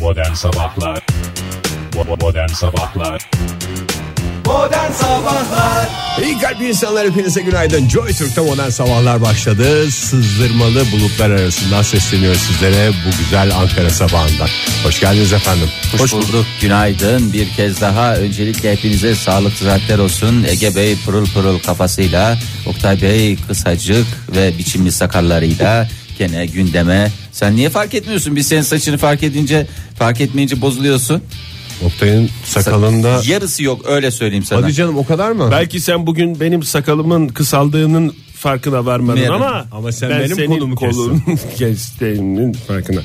Modern Sabahlar Bo- Modern Sabahlar Modern Sabahlar İyi kalp insanlar hepinize günaydın. Joy Türk'te modern sabahlar başladı. Sızdırmalı bulutlar arasından sesleniyor sizlere bu güzel Ankara sabahında. Hoş geldiniz efendim. Hoş, bulduk. Günaydın. Bir kez daha öncelikle hepinize sağlık sıhhatler olsun. Ege Bey pırıl pırıl kafasıyla, Oktay Bey kısacık ve biçimli sakallarıyla gene gündeme. Sen niye fark etmiyorsun? Biz senin saçını fark edince, fark etmeyince bozuluyorsun. Oktay'ın sakalında... Yarısı yok öyle söyleyeyim sana. şey Hadi canım o kadar mı? Belki sen bugün benim sakalımın kısaldığının farkına varmadın Meğer- ama Ama sen ben benim senin kolumu kestiğimin farkına.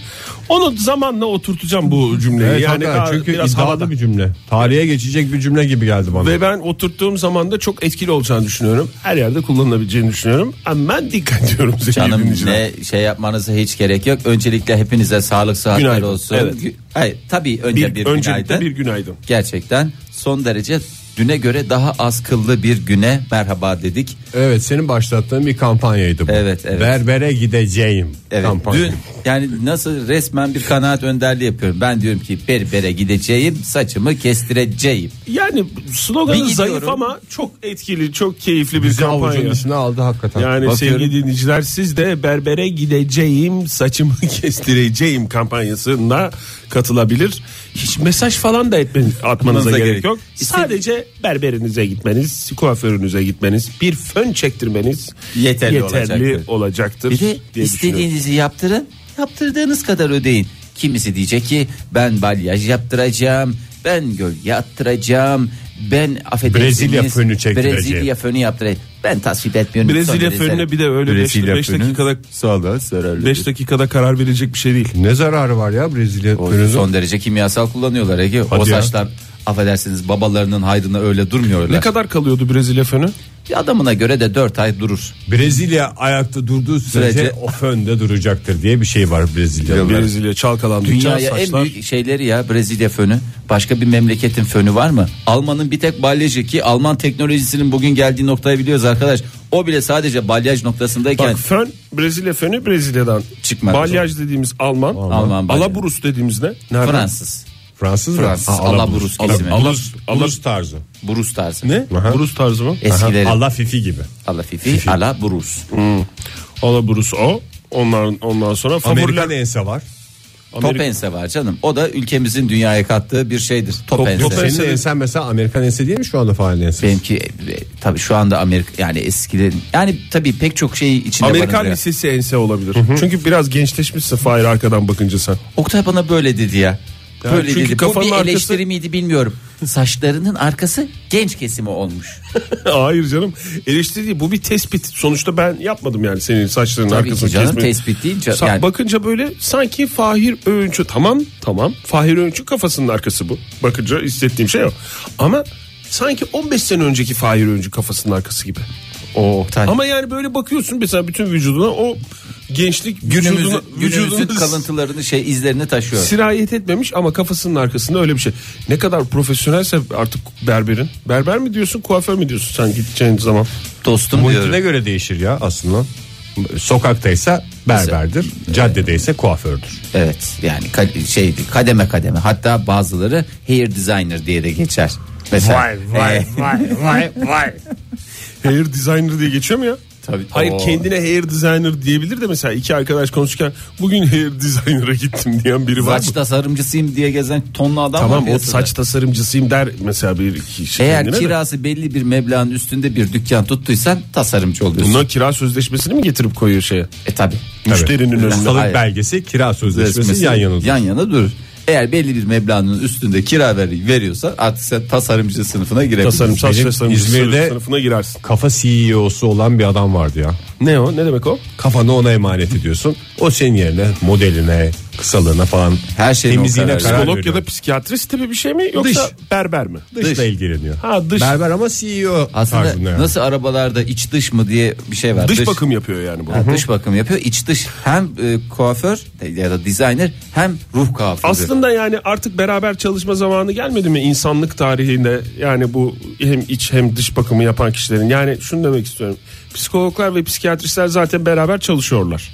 Onu zamanla oturtacağım bu cümleyi. Evet, yani hakikaten. daha- çünkü biraz iddialı havada. bir cümle. Tarihe geçecek bir cümle gibi geldi bana. Ve ben oturttuğum zaman da çok etkili olacağını düşünüyorum. Her yerde kullanılabileceğini düşünüyorum. Aman dikkat ediyorum sevgili Canım dinleyiciler. ne şey yapmanıza hiç gerek yok. Öncelikle hepinize sağlık sıhhatler Günaydın. olsun. Evet. Gü- Hayır tabii önce Bir, bir, öncelikle günaydın. bir günaydın. Gerçekten son derece düne göre daha az kıllı bir güne merhaba dedik. Evet senin başlattığın bir kampanyaydı bu. Evet, evet. Berbere gideceğim Evet. kampanya. Dün yani nasıl resmen bir kanaat önderliği yapıyorum. Ben diyorum ki berbere gideceğim, saçımı kestireceğim. Yani Bir sloganı gidiyorum. zayıf ama çok etkili, çok keyifli bir Bizi avucun kampanya. dışına aldı hakikaten. Yani Bakıyorum. sevgili dinleyiciler siz de berbere gideceğim saçımı kestireceğim kampanyasına katılabilir. Hiç mesaj falan da etmeniz, atmanıza Atmanıza gerek, gerek yok. İste- Sadece berberinize gitmeniz, kuaförünüze gitmeniz, bir fön çektirmeniz Yeterli olacaktır. olacaktır Bir de diye düşünüyorum. istediğinizi yaptırın, yaptırdığınız kadar ödeyin. Kimisi diyecek ki ben balyaj yaptıracağım, ben gölge attıracağım, ben affedersiniz Brezilya fönü çektireceğim. Brezilya fönü yaptıracağım. Ben tasvip etmiyorum. Brezilya Son derece- fönüne bir de öyle 5 dakikada sağlığa zararlı. 5 dakikada karar verecek bir şey değil. Ne zararı var ya Brezilya O ürünü? son derece kimyasal kullanıyorlar Ege. o Hadi ya. saçlar affedersiniz babalarının hayrına öyle durmuyorlar. Ne kadar kalıyordu Brezilya fönü? Bir adamına göre de 4 ay durur. Brezilya ayakta durduğu sürece, Sürece- o fönde duracaktır diye bir şey var Brezilya'da. Brezilya çalkalandıkça Dünyaya en saçlar. büyük şeyleri ya Brezilya fönü. Başka bir memleketin fönü var mı? Alman'ın bir tek balyajı ki Alman teknolojisinin bugün geldiği noktayı biliyoruz arkadaş. O bile sadece balyaj noktasındayken Bak fön Brezilya fönü Brezilya'dan Çıkmaz Balyaj dediğimiz Alman. Alman balyaj. Alaburus dediğimiz ne? Nereden? Fransız. Fransız mı? Fransız. Ha, Alaburus kesimi. Alus, Alus tarzı. Burus tarzı. Ne? Aha. Burus tarzı mı? Eskileri. Allah fifi gibi. Ala Fifi, Ala Burus. Alaburus o. Onların ondan sonra favoriler Amerikan ense var. Top ense var canım. O da ülkemizin dünyaya kattığı bir şeydir. Top, ense. Yok senin ense de- ensen mesela Amerikan ense değil mi şu anda faal ense? Benimki e, e, tabii şu anda Amerika yani eskilerin yani tabii pek çok şey içinde Amerikan barındırıyor. lisesi ense olabilir. Çünkü biraz gençleşmişsin Fahir arkadan bakınca sen. Oktay bana böyle dedi ya. Böyle çünkü dedi. Bu bir kafanın arkası- eleştiri miydi bilmiyorum. Saçlarının arkası genç kesimi olmuş. Hayır canım. Eleştiri değil. Bu bir tespit. Sonuçta ben yapmadım yani senin saçlarının Tabii ki arkasını canım, kesmeyi. tespit değil ca- Sa- yani. Bakınca böyle sanki Fahir Öğüncü tamam tamam. Fahir Öğüncü kafasının arkası bu. Bakınca hissettiğim şey o. Ama sanki 15 sene önceki Fahir Öğüncü kafasının arkası gibi. O Oktay. Ama yani böyle bakıyorsun mesela bütün vücuduna o gençlik günümüzün, vücuduna- günümüzün vücudunun kalıntılarını şey izlerini taşıyor. sirayet etmemiş ama kafasının arkasında öyle bir şey. Ne kadar profesyonelse artık berberin. Berber mi diyorsun kuaför mü diyorsun sen gideceğin zaman? Dostum diyorum. Muhitine göre değişir ya aslında. Sokaktaysa berberdir, caddedeyse kuafördür. Evet yani ka- şey kademe kademe. Hatta bazıları hair designer diye de geçer. Mesela e, Eh, Hair designer diye geçiyor mu ya? Tabii. Hayır Oo. kendine hair designer diyebilir de mesela iki arkadaş konuşurken bugün hair designer'a gittim diyen biri var saç mı? tasarımcısıyım diye gezen tonlu adam var Tamam o piyasada. saç tasarımcısıyım der mesela bir kişi Eğer kendine de. kirası belli bir meblağın üstünde bir dükkan tuttuysan tasarımcı oluyorsun. Bunlar kira sözleşmesini mi getirip koyuyor şeye? E tabi. Müşterinin önüne. Ustalık Hayır. belgesi, kira sözleşmesi yan yana. Yan yana durur. Eğer belli bir meblağın üstünde kira ver, veriyorsa artık sen tasarımcı sınıfına girebilirsin. Tasarım, saç Benim tasarımcısı İzmir'de- sınıfına girersin. Kafa CEO'su olan bir adam vardı ya. Ne o? Ne demek o? Kafanı ona emanet ediyorsun. O senin yerine modeline, kısalığına falan Her şeyine o temizliğine karar karar, Psikolog ya veriyor. da psikiyatrist gibi bir şey mi yoksa berber mi? dışla ilgileniyor. Ha, dış. Berber ama CEO tarzında Aslında yani. nasıl arabalarda iç dış mı diye bir şey var. Dış bakım yapıyor yani bu. Ha, dış bakım yapıyor. İç dış hem e, kuaför ya da dizayner hem ruh kuaförü. Aslında yani artık beraber çalışma zamanı gelmedi mi insanlık tarihinde? Yani bu hem iç hem dış bakımı yapan kişilerin. Yani şunu demek istiyorum. Psikologlar ve psikiyatristler zaten beraber çalışıyorlar.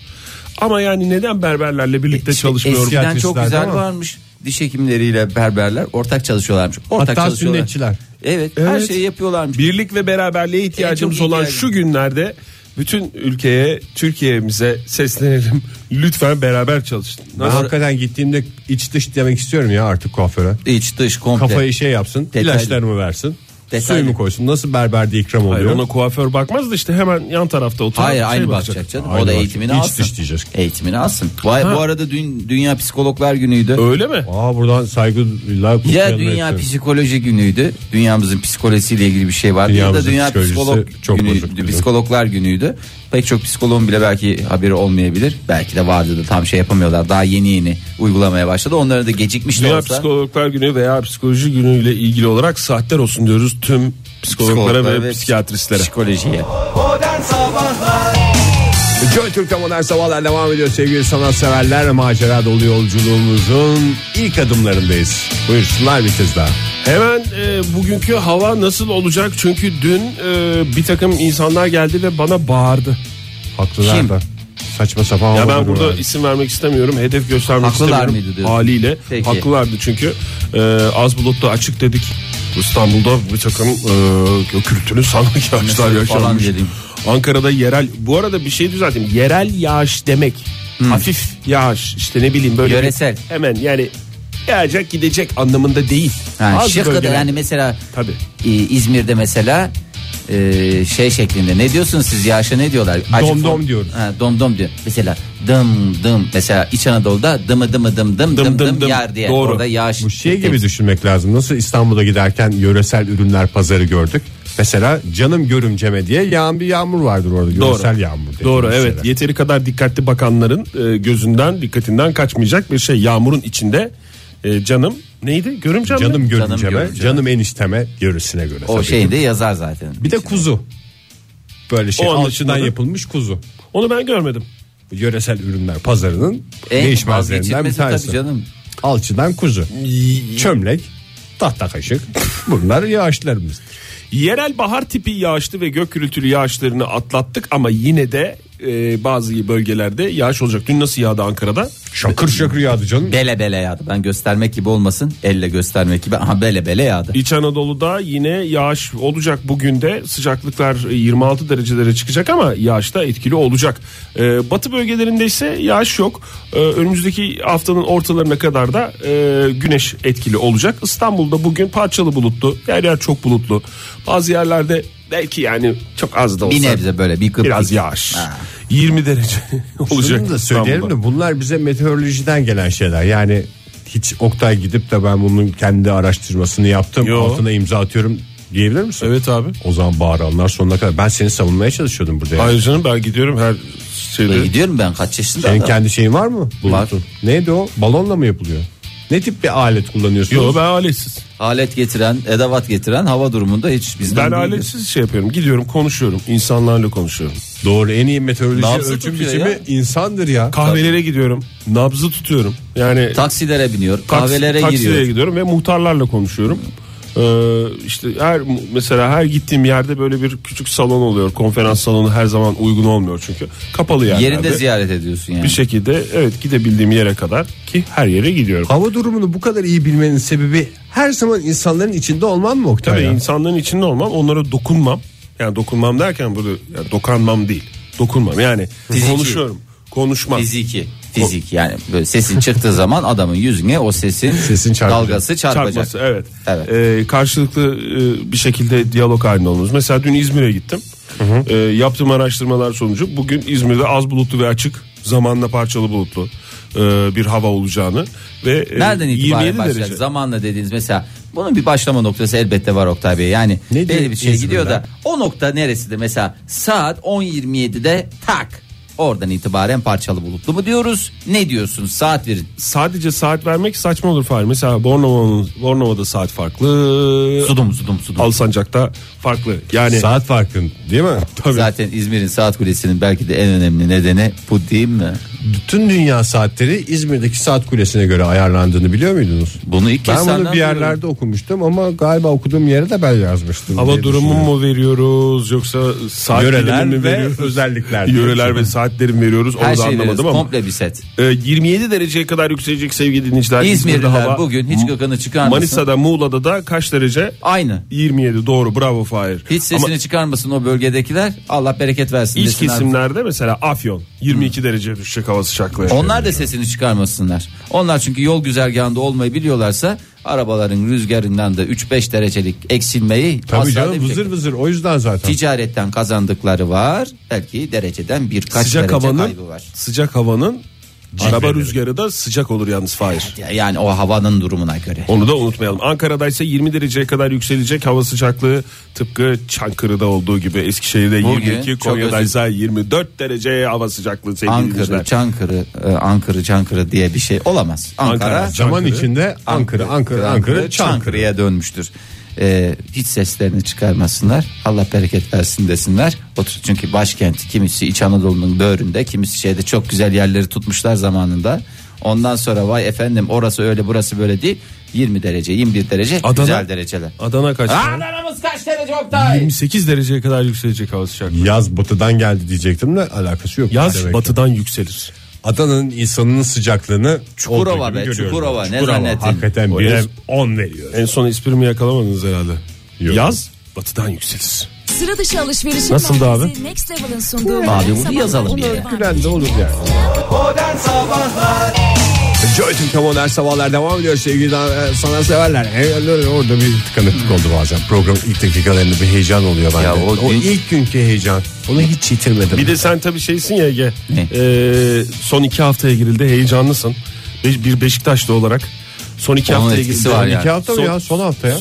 Ama yani neden berberlerle birlikte çalışmıyor? Eskiden çok artistlerde güzel ama. varmış. Diş hekimleriyle berberler ortak çalışıyorlarmış. Ortak Hatta çalışıyorlar. sünnetçiler. Evet, her Evet. şeyi yapıyorlarmış. Birlik ve beraberliğe ihtiyacımız En çok olan ihtiyacım. şu günlerde bütün ülkeye, Türkiye'mize seslenelim. Lütfen beraber çalışın. Ben hakikaten gittiğimde iç dış demek istiyorum ya artık kuaföre. İç dış komple. Kafayı şey yapsın, Detaylı. ilaçlarımı versin, Detaylı. suyumu koysun. Nasıl berberde ikram oluyor? Hayır, ona kuaför bakmaz da işte hemen yan tarafta oturan Hayır şey aynı bakacak, canım. Aynı o da bakacak. eğitimini İç alsın. dış diyeceğiz. Eğitimini alsın. Vay, bu arada dün Dünya Psikologlar Günü'ydü. Öyle mi? Aa buradan saygıyla Ya kutlayalım Dünya hepsini. Psikoloji Günü'ydü. Dünyamızın psikolojisiyle ilgili bir şey vardı. Ya da Dünyamızın Dünya psikolojisi Psikolog çok bozuk Günü'ydü. biliyorum. Psikologlar Günü'ydü. Pek çok psikoloğun bile belki haberi olmayabilir. Belki de vardı da tam şey yapamıyorlar. Daha yeni yeni uygulamaya başladı. Onlara da gecikmiş de Dünya olsa. Psikologlar Günü veya Psikoloji Günü ile ilgili olarak saatler olsun diyoruz tüm psikologlara, psikologlara ve, psikiyatristlere. Psikolojiye. Modern Sabahlar Joy Türk'te modern sabahlar devam ediyor sevgili sanatseverler. Macera dolu yolculuğumuzun ilk adımlarındayız. Buyursunlar bir kez daha. Hemen e, bugünkü hava nasıl olacak? Çünkü dün e, bir takım insanlar geldi ve bana bağırdı. Haklılar Kim? da. Saçma sapan Ya ben havaları burada var. isim vermek istemiyorum. Hedef göstermek Haklılar istemiyorum. mıydı diyorsun? Haliyle Peki. haklılardı çünkü e, az bulutlu açık dedik. İstanbul'da bir takım e, gürültülü sanmak yağışlar Mesela falan yaşanmış. dedim. Ankara'da yerel bu arada bir şey düzelteyim. Yerel yağış demek. Hafif yağış işte ne bileyim böyle bir- Hmm. Yöresel. hemen yani yağacak gidecek anlamında değil. Ha, Az şık kadar bölgeler- yani mesela Tabii. e, İzmir'de mesela e, şey şeklinde ne diyorsunuz siz yağışa ne diyorlar? Acı Dom dom fon- diyoruz. Ha, dom dom diyor. Mesela dım dım mesela İç Anadolu'da dımı dımı dım dım dım dım, dım dım. yağar diye. Doğru. Orada yağış. Bu şey gibi düşünmek lazım. Nasıl İstanbul'a giderken yöresel ürünler pazarı gördük. Mesela canım görümceme diye yağan bir yağmur vardır orada. Yöresel yağmur. dediğimiz Doğru evet. şeyler. Yeteri kadar dikkatli bakanların e, gözünden, dikkatinden kaçmayacak bir şey. Yağmurun içinde e, canım neydi? Görümcem mi? Canım görümceme, canım, görümceme. enişteme yöresine göre. O tabii. şeyde yazar zaten. Bir de kuzu. Böyle şey O alçıdan anlaşılmadı. yapılmış kuzu. Onu ben görmedim. Yöresel ürünler pazarının En değişmezlerinden bir E, vazgeçilmezi tanesi. Tabii canım. Alçıdan kuzu. Çömlek, tahta kaşık. Bunlar yağışlarımız. Yerel bahar tipi yağışlı ve gök gürültülü yağışlarını atlattık ama yine de e, bazı bölgelerde yağış olacak. Dün nasıl yağdı Ankara'da? Şakır şakır yağdı canım. Bele bele yağdı. Ben göstermek gibi olmasın. Elle göstermek gibi. Aha bele bele yağdı. İç Anadolu'da yine yağış olacak bugün de sıcaklıklar 26 derecelere çıkacak ama yağış da etkili olacak. Ee, batı bölgelerinde ise yağış yok. Ee, önümüzdeki haftanın ortalarına kadar da e, güneş etkili olacak. İstanbul'da bugün parçalı bulutlu yer yer çok bulutlu. Bazı yerlerde belki yani çok az da olsa Bir nebze böyle bir kıp. biraz yağış. 20 derece olacak. Şunu da söyleyelim İstanbul'da. de bunlar bize meteorolojiden gelen şeyler. Yani hiç Oktay gidip de ben bunun kendi araştırmasını yaptım. Yo. Altına imza atıyorum diyebilir misin? Evet abi. O zaman bağıranlar sonuna kadar. Ben seni savunmaya çalışıyordum burada. Yani. Hayır canım ben gidiyorum her şeyde. Gidiyorum ben kaç yaşında Senin adam. kendi şeyin var mı? Bulutun. Neydi o? Balonla mı yapılıyor? Ne tip bir alet kullanıyorsun? Yo ben aletsiz. Alet getiren, edevat getiren hava durumunda hiç bizden Ben duymuyor. aletsiz şey yapıyorum. Gidiyorum konuşuyorum. insanlarla konuşuyorum. Doğru en iyi meteoroloji Nabzı ölçüm tutuyor biçimi ya. insandır ya. Kahvelere gidiyorum. Nabzı tutuyorum. Yani Taksilere biniyor, taks- kahvelere taksilere giriyor. gidiyorum ve muhtarlarla konuşuyorum. Ee, işte her mesela her gittiğim yerde böyle bir küçük salon oluyor. Konferans salonu her zaman uygun olmuyor çünkü. Kapalı yerlerde. Yerinde ziyaret ediyorsun yani. bir şey şekilde evet gidebildiğim yere kadar ki her yere gidiyorum. Hava durumunu bu kadar iyi bilmenin sebebi her zaman insanların içinde olman mı Oktay? Tabii ya? insanların içinde olmam, onlara dokunmam. Yani dokunmam derken burada yani dokanmam değil. Dokunmam yani Fiziki. konuşuyorum. Konuşmam. Fiziki. Fizik yani böyle sesin çıktığı zaman adamın yüzüne o sesin, Sesin çarpacak. dalgası çarpacak. çarpması evet. Evet. Ee, karşılıklı e, bir şekilde diyalog halinde olmamız. Mesela dün İzmir'e gittim. Ee, yaptığım araştırmalar sonucu bugün İzmir'de az bulutlu ve açık zamanla parçalı bulutlu e, bir hava olacağını ve e, Nereden itibaren 27 başlayacak? derece. Zamanla dediğiniz mesela bunun bir başlama noktası elbette var Oktay Bey. Yani Ne diyor belli bir şey İzmir'den? gidiyor da o nokta neresidir? Mesela saat 10.27'de tak oradan itibaren parçalı bulutlu mu diyoruz? Ne diyorsun? Saat verin. Sadece saat vermek saçma olur Fahri. Mesela Bornova'nın Bornova'da saat farklı. Sudum sudum sudum. Alsancak'ta farklı. Yani Saat farkın değil mi? tabii. Zaten İzmir'in saat kulesinin belki de en önemli nedeni bu değil mi? bütün dünya saatleri İzmir'deki saat kulesine göre ayarlandığını biliyor muydunuz? Bunu ilk kez Ben bunu senden bir yerlerde duyuyorum. okumuştum ama galiba okuduğum yere de ben yazmıştım. Hava diye durumu düşünüyorum. mu veriyoruz yoksa saat Yöreler dilimini mi ve veriyoruz? özellikler. Yöreler ve saatlerin veriyoruz. Onu Her da şey veririz. anlamadım ama. Komple bir set. Ee, 27 dereceye kadar yükselecek sevgili dinleyiciler. İzmir'de hava. bugün hiç gıkını çıkarmasın. Manisa'da Muğla'da da kaç derece? Aynı. 27 doğru bravo Fahir. Hiç sesini Ama çıkarmasın o bölgedekiler. Allah bereket versin. iç desinler. kesimlerde mesela Afyon 22 dereceye düşecek hava sıcaklığı. Hmm. Onlar da sesini çıkarmasınlar. Onlar çünkü yol güzergahında olmayı biliyorlarsa arabaların rüzgarından da 3-5 derecelik eksilmeyi asla Tabii canım demeyecek. vızır vızır o yüzden zaten. Ticaretten kazandıkları var. Belki dereceden birkaç sıcak derece havanın kaybı var. sıcak havanın araba rüzgarı da sıcak olur yalnız Fahir. Ya- Yani o havanın durumuna göre. Onu da unutmayalım. Ankara'da ise 20 dereceye kadar yükselecek hava sıcaklığı tıpkı Çankırı'da olduğu gibi Eskişehir'de Bugün 22, çok Konya'da özür- ise 24 derece hava sıcaklığı sevgili Ankara, dinleyiciler. Çankırı, e, Ankara, Çankırı diye bir şey olamaz. Ankara, Ankara, Zaman Çankırı, içinde Ankara, Ankara, Ankara, Çankırı. Çankırı'ya dönmüştür. Ee, hiç seslerini çıkarmasınlar. Allah bereket versin desinler. Otur çünkü başkent kimisi İç Anadolu'nun böğründe, kimisi şeyde çok güzel yerleri tutmuşlar zamanında. Ondan sonra vay efendim orası öyle burası böyle değil. 20 derece, 21 derece Adana- güzel dereceler. Adana kaç? Adana'mız kaç derece Oktay? 28 dereceye kadar yükselecek hava sıcaklığı. Yaz batıdan geldi diyecektim de alakası yok. Yaz Demek ki. batıdan yükselir. Adana'nın insanının sıcaklığını olduğu Çukurova gibi be görüyoruz. Çukurova ne Çukurova, zannettin? Hakikaten O bire yaz- 10 veriyor. E, En son esprimi yakalamadınız herhalde. Yok. Yaz batıdan yükselir. Sıra dışı alışveriş Nasıldı abi? Next Level'ın sunduğu Abi bunu modern yazalım sabahlar bir yere. var. Gülen de olur yani. Modern Sabahlar Joy Türk'te modern sabahlar devam ediyor sevgili e, sanatseverler. E, öyle Orada bir tıkanıklık oldu bazen. Programın ilk dakikalarında bir heyecan oluyor bende. Ya o, o gün- ilk günkü heyecan. Onu hiç yitirmedim. E, Bir de sen tabii şeysin ya Ege. Ne? Ee, son iki haftaya girildi heyecanlısın. Be- Bir Beşiktaşlı olarak. Son iki Onun haftaya etkisi girildi. var İki yani. hafta Hani mı Son- ya? Son hafta ya.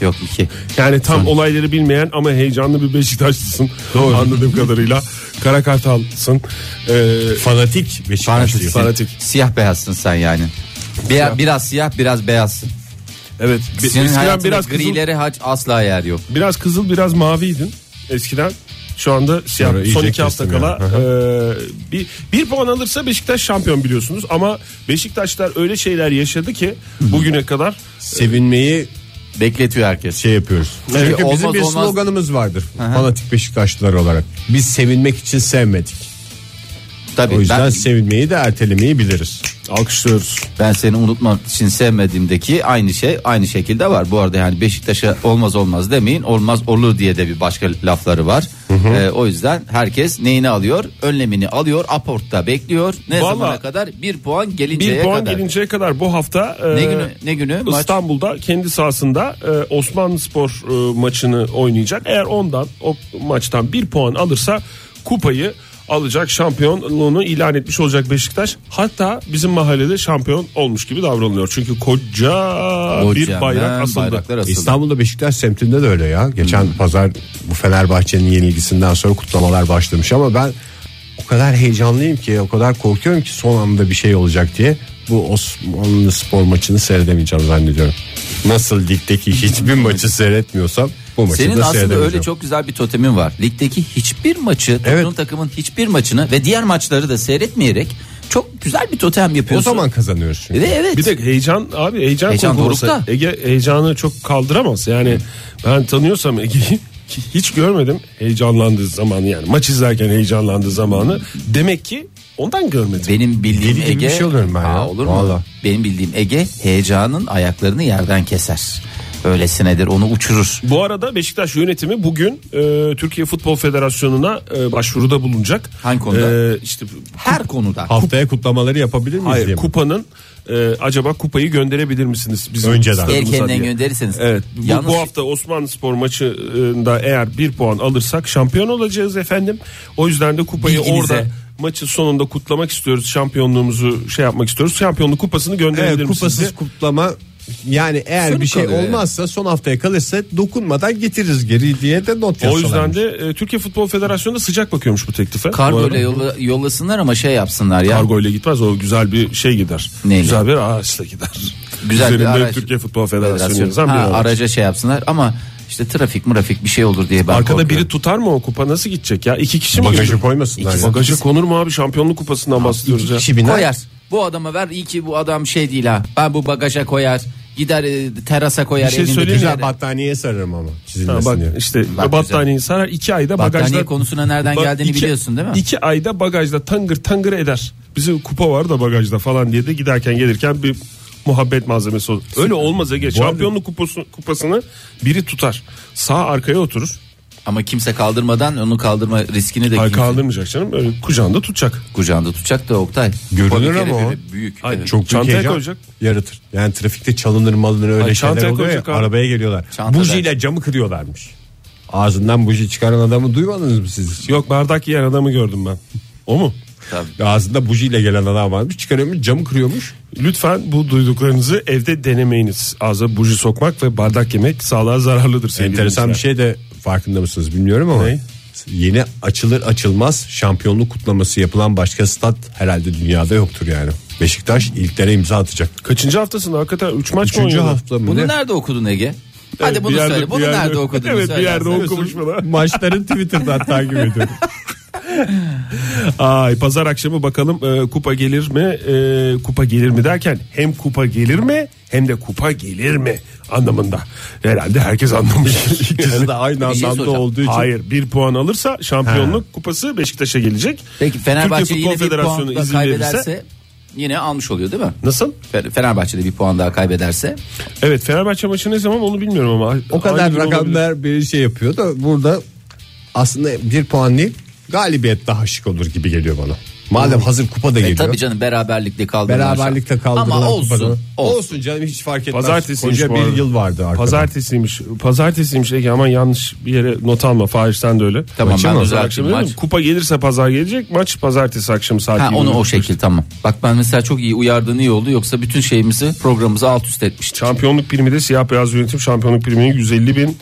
Yok iki. Yani tam olayları bilmeyen ama heyecanlı bir Beşiktaşlısın. Anladığım kadarıyla. Kara Kartal'sın. Ee, Fanatik Beşiktaşlıyım. Fanatik. Siyah beyazsın sen yani. Bir- Biraz siyah biraz beyazsın. evet. Be- Senin eskiden hayatında biraz kızıl, grileri hac asla yer yok. biraz kızıl biraz maviydin. Eskiden şu anda siyah. Sonra son iyice iki hafta kestim kala e, bir, bir puan alırsa Beşiktaş şampiyon biliyorsunuz. Ama Beşiktaşlar öyle şeyler yaşadı ki bugüne kadar Sevinmeyi Bekletiyor herkes. şey yapıyoruz. Evet, Çünkü bizim olmaz bir olmaz. sloganımız vardır. Fanatik Beşiktaşlılar olarak. Biz sevinmek için sevmedik. Tabii O yüzden E, ben, sevinmeyi de ertelemeyi biliriz. alkışlıyoruz. ben seni unutmak için sevmediğimdeki aynı şey aynı şekilde var. Bu arada yani Beşiktaş'a olmaz olmaz demeyin. Olmaz olur diye de bir başka lafları var. Ee, o yüzden herkes neyini alıyor? Önlemini alıyor. Aportta bekliyor. Ne Vallahi- zamana kadar? Bir puan gelinceye Bir puan kadar. gelinceye kadar bu hafta e, Ne günü- ne günü maç? İstanbul'da kendi sahasında e, Osmanlı Spor e, maçını oynayacak. Eğer ondan o maçtan bir puan alırsa kupayı alacak şampiyonluğunu ilan etmiş olacak Beşiktaş. Hatta bizim mahallede şampiyon olmuş gibi davranılıyor. Çünkü koca bir Kocaman bayrak asıldı. bayraklar asıldı. İstanbul'da Beşiktaş semtinde de öyle ya. Geçen Hmm. pazar bu Fenerbahçe'nin yenilgisinden sonra kutlamalar başlamış ama ben o kadar heyecanlıyım ki o kadar korkuyorum ki son anda bir şey olacak diye bu Osmanlı spor maçını seyredemeyeceğim zannediyorum. Nasıl ligdeki hiçbir maçı seyretmiyorsam bu maçı Senin da aslında seyredemeyeceğim. öyle çok güzel bir totemin var. Ligdeki hiçbir maçı, tuttuğun Evet. takımın hiçbir maçını ve diğer maçları da seyretmeyerek çok güzel bir totem o yapıyorsun. zaman kazanıyoruz çünkü. Ve evet. Bir de heyecan abi heyecan, Heyecan korku olsa dorukta. Ege heyecanı çok kaldıramaz. Yani ben tanıyorsam Ege'yi ki hiç görmedim heyecanlandığı zamanı yani maç izlerken heyecanlandığı zamanı demek ki ondan görmedim. Benim bildiğim Deli gibi Ege bir şey oluyorum ben ya. Aa, olur mu? Vallahi. Benim bildiğim Ege heyecanın ayaklarını yerden keser. Öylesinedir onu uçurur. Bu arada Beşiktaş yönetimi bugün e, Türkiye Futbol Federasyonu'na e, başvuruda bulunacak. Hangi konuda? E, işte Her konuda. Haftaya kutlamaları yapabilir miyiz hayır diye mi? kupanın e, acaba kupayı gönderebilir misiniz bizim Önceden. stadımıza Erkenden diye. gönderirseniz. Evet. Bu, Yalnız bu hafta Osmanlı Spor maçında eğer bir puan alırsak şampiyon olacağız efendim. O yüzden de kupayı Bilginize. orada maçı sonunda kutlamak istiyoruz. Şampiyonluğumuzu şey yapmak istiyoruz. Şampiyonluk kupasını gönderebilir Evet, misiniz? kupasız diye. kutlama yani eğer Sonu bir şey kalıyor yani. olmazsa son haftaya kalırsa dokunmadan getiririz geri diye de not O yazsalarmış. yüzden de e, Türkiye Futbol Federasyonu'na sıcak bakıyormuş bu teklife. Bu kargo arada ile yolla- yollasınlar ama şey yapsınlar ya. Kargo ile gitmez o güzel bir şey gider. Neyle? Güzel bir araçla gider. Güzel bir Üzerinde araç. Türkiye Futbol Federasyonu Federasyon. yazan bir Ha, araç. araca şey yapsınlar ama İşte trafik mırafik bir şey olur diye ben Arkada korkuyorum. biri tutar mı o kupa nasıl gidecek ya? İki kişi mi? Bagajı gidiyor? koymasınlar. ya. Bagaja konur mu abi şampiyonluk kupasından bahsediyoruz ya. Kişi biner. koyar. Bu adama ver iyi ki bu adam şey değil ha. Ben bu bagaja koyar. Gider e, terasa koyar. Bir şey elinde söyleyeyim güzel Güzel battaniyeye sararım ama Ha, çizilmesin bak diye. işte Bak battaniyeyi sarar iki ayda Battaniye bagajda. konusuna nereden Bak, geldiğini biliyorsun değil mi? İki ayda bagajda tangır tangır eder. Bizim kupa var da bagajda falan diye de giderken gelirken bir muhabbet malzemesi olur. Öyle olmaz Ege. Şampiyonluk kupasını, kupasını biri tutar. Sağ arkaya oturur. Ama kimse kaldırmadan onu kaldırma riskini de Ay kimse kaldırmayacak canım. Öyle kucağında tutacak. kucağında tutacak da Oktay. Görünür Kupa bir kere ama o. bir- Büyük. Ay, Evet. Çok büyük Çantaya heyecan koyacak. Yaratır. Yani trafikte çalınır malınır öyle Ay, şeyler çantaya oluyor ya. koyacak abi. Arabaya geliyorlar. Çantada. Bujiyle camı kırıyorlarmış. Ağzından buji çıkaran adamı duymadınız mı siz? hiç? Yok bardak yiyen adamı gördüm ben. O mu? Tabii. Ağzında bujiyle gelen adam varmış. Çıkarıyormuş camı kırıyormuş. Lütfen bu duyduklarınızı evde denemeyiniz. Ağza buji sokmak ve bardak yemek sağlığa zararlıdır sevgili Enteresan bir dinleyiciler. şey de farkında mısınız bilmiyorum ama. Ne? Yeni açılır açılmaz şampiyonluk kutlaması yapılan başka stat herhalde dünyada yoktur yani. Beşiktaş ilklere imza atacak. şey. Kaçıncı haftasında hakikaten 3 maç mı Üçüncü oynuyorlar? hafta mı? Bunu ne? nerede okudun Ege? Evet, Hadi bunu bir yerde- söyle. Bunu bir yerde- nerede okudun? Evet bir yerde Söyle. okumuş falan. Maçların Twitter'dan takip ediyorum. Ay pazar akşamı bakalım e, kupa gelir mi? E, kupa gelir mi derken hem kupa gelir mi hem de kupa gelir mi anlamında. Herhalde herkes anlamış. İkisi de aynı şey anlamda soracağım. olduğu için. Hayır bir puan alırsa şampiyonluk kupası Beşiktaş'a gelecek. Peki Fenerbahçe Türkiye yine Futbol bir Federasyonu puan da izin kaybederse verirse. yine almış oluyor değil mi? Nasıl? Fe- Fenerbahçe'de bir puan daha kaybederse e, Evet Fenerbahçe maçı ne zaman onu bilmiyorum ama. O kadar Aynı gün olabilir. rakamlar bir şey yapıyor da burada aslında bir puan değil galibiyet daha şık olur gibi geliyor bana. Madem hazır kupa da E geliyor. tabii canım beraberlikle kaldırılırsa. Beraberlikte kaldırılan Ama olsun. kupada- olsun. Olsun canım hiç fark etmez. Pazartesiymiş Koca bu bir arada. yıl vardı arkada. Pazartesiymiş. Pazartesiymiş Ege aman yanlış bir yere not alma. Fahir sen de öyle. Tamam, ben mı? düzelttim, Akşam dedim, maç. Kupa gelirse pazar gelecek. Maç pazartesi akşamı saat. Ha, onu 21.45. o şey- şekil tamam. Bak ben mesela çok iyi uyardığın iyi oldu. Yoksa bütün şeyimizi programımızı alt üst etmiştik. Şampiyonluk primi de siyah beyaz yönetim şampiyonluk primini 150 bin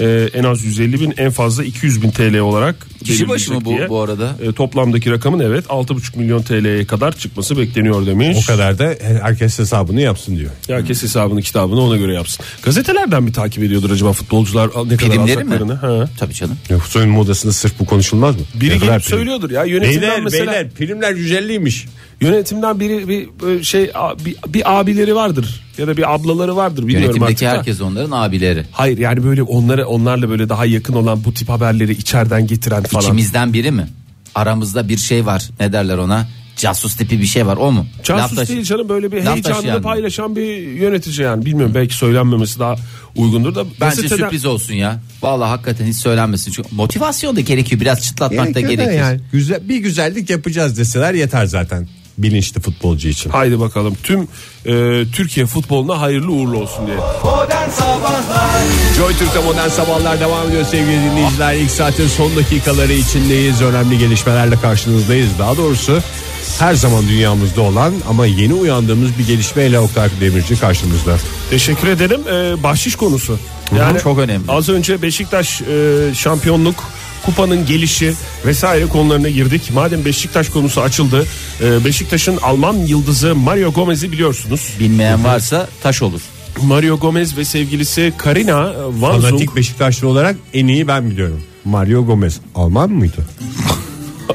e, en az 150 bin en fazla 200 bin TL olarak Kişi başı mı bu- belirlenecek diye. bu arada? E, toplamdaki rakamın evet 6,5 milyon TL'ye kadar çıkması bekleniyor demiş. O kadar da herkes hesabını yapsın diyor. Herkes hesabını kitabını ona göre yapsın. Gazetelerden mi takip ediyordur acaba futbolcular ne kadar Primleri mi? alacaklarını? Ha. Tabii canım. Ya Hüsoy'un modasında sırf bu konuşulmaz mı? Ne Biri kadar gelip prim? söylüyordur ya yönetimden Beyler mesela. beyler primler 150'ymiş. Yönetimden biri bir bir şey a- bir, bir abileri vardır ya da bir ablaları vardır bilmiyorum artık Yönetimdeki da. herkes onların abileri. Hayır yani böyle onlara onlarla böyle daha yakın olan bu tip haberleri içeriden getiren falan. İçimizden biri mi? Aramızda bir şey var. Ne derler ona? Casus tipi bir şey var o mu? Casus Laf taşı- değil canım böyle bir laf heyecanını taşıyan mı? paylaşan bir yönetici yani. Bilmiyorum belki söylenmemesi daha uygundur da. Bence gazeteden- sürpriz olsun ya. Vallahi hakikaten hiç söylenmesin. Çünkü motivasyon da gerekiyor. Biraz çıtlatmak da Gerekiyor da gerekiyor. yani. Güzel, bir güzellik yapacağız deseler yeter zaten bilinçli futbolcu için. Haydi bakalım tüm e, Türkiye futboluna hayırlı uğurlu olsun diye. Modern Sabahlar Joy Türk'te modern sabahlar devam ediyor sevgili dinleyiciler. İlk saatin son dakikaları içindeyiz. Önemli gelişmelerle karşınızdayız. Daha doğrusu her zaman dünyamızda olan ama yeni uyandığımız bir gelişmeyle Oktay Demirci karşımızda. Teşekkür ederim. E, bahşiş konusu. Yani çok önemli. Az önce Beşiktaş e, şampiyonluk kupanın gelişi vesaire konularına girdik. Madem Beşiktaş konusu açıldı. e, Beşiktaş'ın Alman yıldızı Mario Gomez'i biliyorsunuz. Bilmeyen varsa taş olur. Mario Gomez ve sevgilisi Karina e, Vanzung Fanatik Beşiktaşlı olarak en iyi ben biliyorum. Mario Gomez Alman mıydı?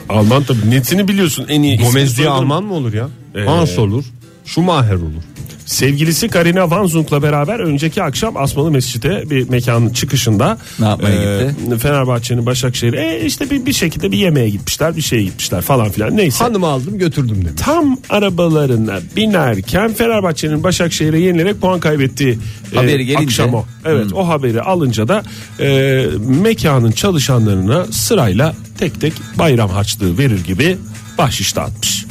Alman tabii netini biliyorsun en iyi. Gomez İsmi diye soyadı- Alman mı olur ya? Hans olur. Schumacher olur. Sevgilisi Karina Van Zung'la beraber önceki akşam Asmalı Mescid'e bir mekanın çıkışında Ne yapmaya e, Fenerbahçe'nin Başakşehir'e e, işte bir, bir şekilde bir yemeğe gitmişler bir şeye gitmişler falan filan neyse. Hanımı aldım götürdüm demiş. Tam arabalarına binerken Fenerbahçe'nin Başakşehir'e yenilerek puan kaybettiği e, Haberi gelince. akşam o. Evet o haberi alınca da e, mekanın çalışanlarına sırayla tek tek bayram harçlığı verir gibi bahşiş dağıtmış.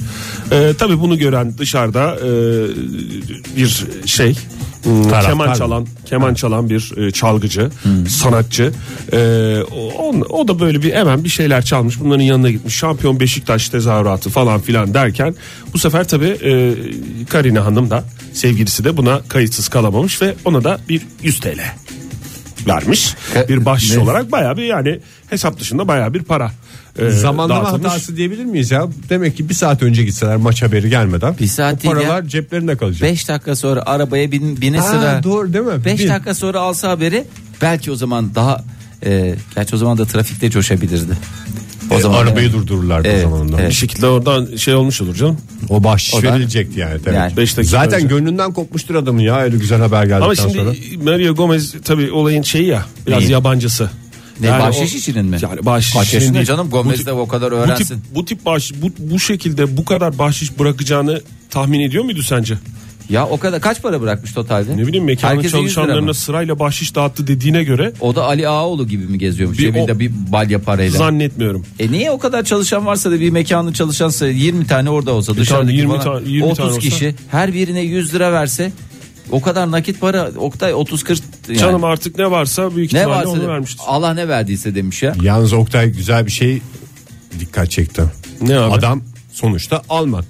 E, tabii bunu gören dışarıda e, bir şey hmm, Taraftar keman mı? çalan keman çalan bir e, çalgıcı, sanatçı. E, o, on- o da böyle bir hemen bir şeyler çalmış. Bunların yanına gitmiş. Şampiyon Beşiktaş tezahüratı falan filan derken bu sefer tabii e, Karina Hanım da sevgilisi de buna kayıtsız kalamamış ve ona da bir 100 TL vermiş. Ka- bir bahşiş ne? olarak bayağı bir yani hesap dışında bayağı bir para. e, Zamanlama dağıtılmış. hatası diyebilir miyiz ya? Demek ki bir saat önce gitseler maç haberi gelmeden. Bir saat o değil ya. paralar ceplerinde kalacak. 5 dakika sonra arabaya bin, bine Ha, sıra. doğru değil mi? 5 Bin. dakika sonra alsa haberi Belki o zaman daha e, gerçi o zaman da trafikte coşabilirdi. O E, zaman arabayı yani. durdururlardı Evet, o zaman da. Bir evet. şekilde oradan şey olmuş olur canım. O bahşiş O da- verilecekti yani. Tabii. Yani. Beş dakika Zaten önce. gönlünden kopmuştur adamın ya öyle güzel haber geldikten Ama şimdi sonra. Mario Gomez tabii olayın şeyi ya biraz Neyi? yabancısı. Ne, bahşiş o- işinin mi? Yani bahşiş Kaç işinin yaşında değil. canım? Bu Gomez tip- de o kadar Bu tip, öğrensin. bu tip bahşiş bu, bu şekilde bu kadar bahşiş bırakacağını tahmin ediyor muydu sence? Ya o kadar kaç para bırakmış totalde? Ne bileyim mekanın Herkese 100 lira mı? çalışanlarına sırayla bahşiş dağıttı dediğine göre O da Ali Ağaoğlu gibi mi geziyormuş? Bir Cebinde o- bir balya parayla. zannetmiyorum. E niye o kadar çalışan varsa da bir mekanın çalışansa 20 tane orada olsa dışarıdaki 20 falan tane- 20 tane 30 olsa. kişi her birine 100 lira verse o kadar nakit para Oktay 30-40 yani. Canım artık ne varsa büyük ne ihtimalle varsa onu vermiştir. Allah ne verdiyse demiş ya. Yalnız Oktay güzel bir şey dikkat çekti. Ne abi? Adam sonuçta Alman.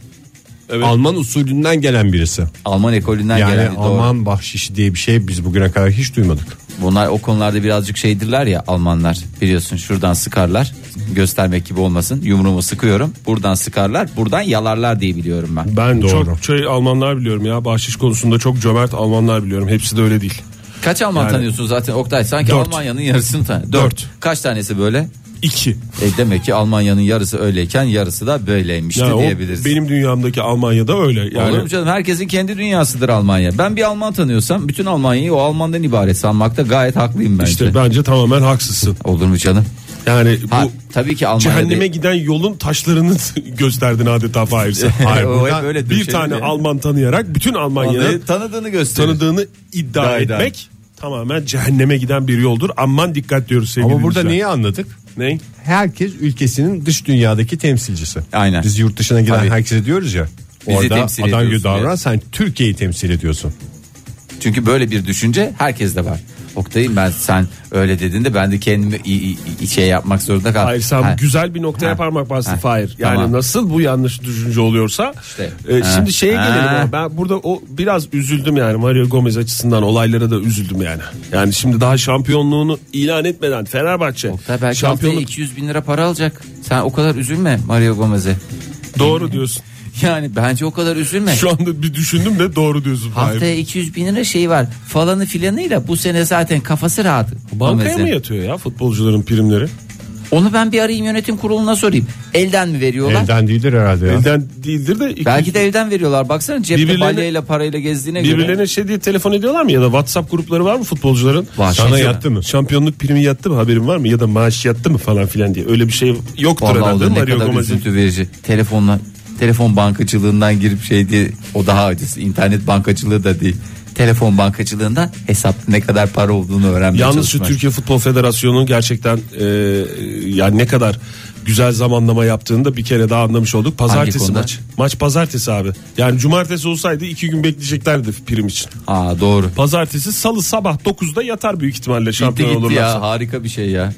Evet. Alman usulünden gelen birisi. Alman ekolünden Yani gelen doğru. Alman bahşişi diye bir şey biz bugüne kadar hiç duymadık. Bunlar o konularda birazcık şeydirler ya Almanlar biliyorsun şuradan sıkarlar göstermek gibi olmasın yumruğumu sıkıyorum buradan sıkarlar buradan yalarlar diye biliyorum ben. Ben Doğru. çok şey Almanlar biliyorum ya bahşiş konusunda çok cömert Almanlar biliyorum. Hepsi de öyle değil. Kaç Alman Yani- tanıyorsun zaten Oktay sanki Dört. Almanya'nın yarısını tanıyor. Dört. Dört. Kaç tanesi böyle? İki. E demek ki Almanya'nın yarısı öyleyken yarısı da böyleymişti Yani o diyebiliriz. benim dünyamdaki Almanya'da öyle. Olur mu Yani canım? Herkesin kendi dünyasıdır Almanya. Ben bir Alman tanıyorsam bütün Almanya'yı o Almandan ibaret sanmakta gayet haklıyım bence. işte bence tamamen haksızsın. Olur mu canım? Yani Ha, bu tabii ki Almanya'da. cehenneme giden yolun taşlarını gösterdin adeta Fahir sen. Hayır, buradan o hep öyle bir döşeli tane yani. Alman tanıyarak bütün Almanya'yı Almanya'yı tanıdığını gösterir. tanıdığını iddia İddia eder. etmek tamamen cehenneme giden bir yoldur. Aman dikkat diyoruz sevgili Ama burada dinleyiciler. neyi anladık? Ney? Herkes ülkesinin dış dünyadaki temsilcisi. Aynen. Biz yurt dışına giden Tabii. herkese diyoruz ya. Bizi orada temsil adam gibi ediyorsun davran diye. sen Türkiye'yi temsil ediyorsun. Çünkü böyle bir düşünce herkeste var. Oktay'ım ben sen öyle dediğinde ben de kendimi i- i- şey yapmak zorunda kaldım. Hayır sen Ha. güzel bir noktaya Ha. parmak bastın Ha. Fahir. Yani Tamam. nasıl bu yanlış düşünce oluyorsa. İşte. E, Ha. şimdi şeye Ha. gelelim. ama Ben burada o biraz üzüldüm yani Mario Gomez açısından olaylara da üzüldüm yani. Yani şimdi daha şampiyonluğunu ilan etmeden Fenerbahçe Oktay belki şampiyonluk haftaya 200 bin lira para alacak. Sen o kadar üzülme Mario Gomez'e. doğru diyorsun. Yani bence o kadar üzülme. Şu anda bir düşündüm de doğru diyorsun Fahir. Haftaya 200 bin lira şey var falanı filanıyla bu sene zaten kafası rahat. Bankaya Gomez'in. mı yatıyor ya futbolcuların primleri? Onu ben bir arayayım yönetim kuruluna sorayım. Elden mi veriyorlar? Elden değildir herhalde ya. Elden değildir de iki- Belki de elden veriyorlar. Baksana cepte Birbirlerine- balyayla parayla gezdiğine göre. birbirlerine şey diye telefon ediyorlar mı ya da WhatsApp grupları var mı futbolcuların? Var. Sana Şey- yattı mı? Şampiyonluk primi yattı mı haberin var mı ya da maaş yattı mı falan filan diye öyle bir şey yoktur Vallahi o da herhalde ne Mario kadar Gomez'in. üzüntü verici. Telefonla telefon bankacılığından girip şey diye o daha acısı. İnternet bankacılığı da değil. Telefon bankacılığından hesap ne kadar para olduğunu öğrenmeye Yalnız şu çalışmak. Türkiye Futbol Federasyonu'nun gerçekten e, yani ne kadar güzel zamanlama yaptığını da bir kere daha anlamış olduk. Pazartesi konuda? maç. Maç pazartesi abi. Yani cumartesi olsaydı iki gün bekleyeceklerdi prim için. Aa doğru. Pazartesi salı sabah 9'da yatar büyük ihtimalle Gitti şampiyon gitti olurlarsa. ya harika bir şey ya.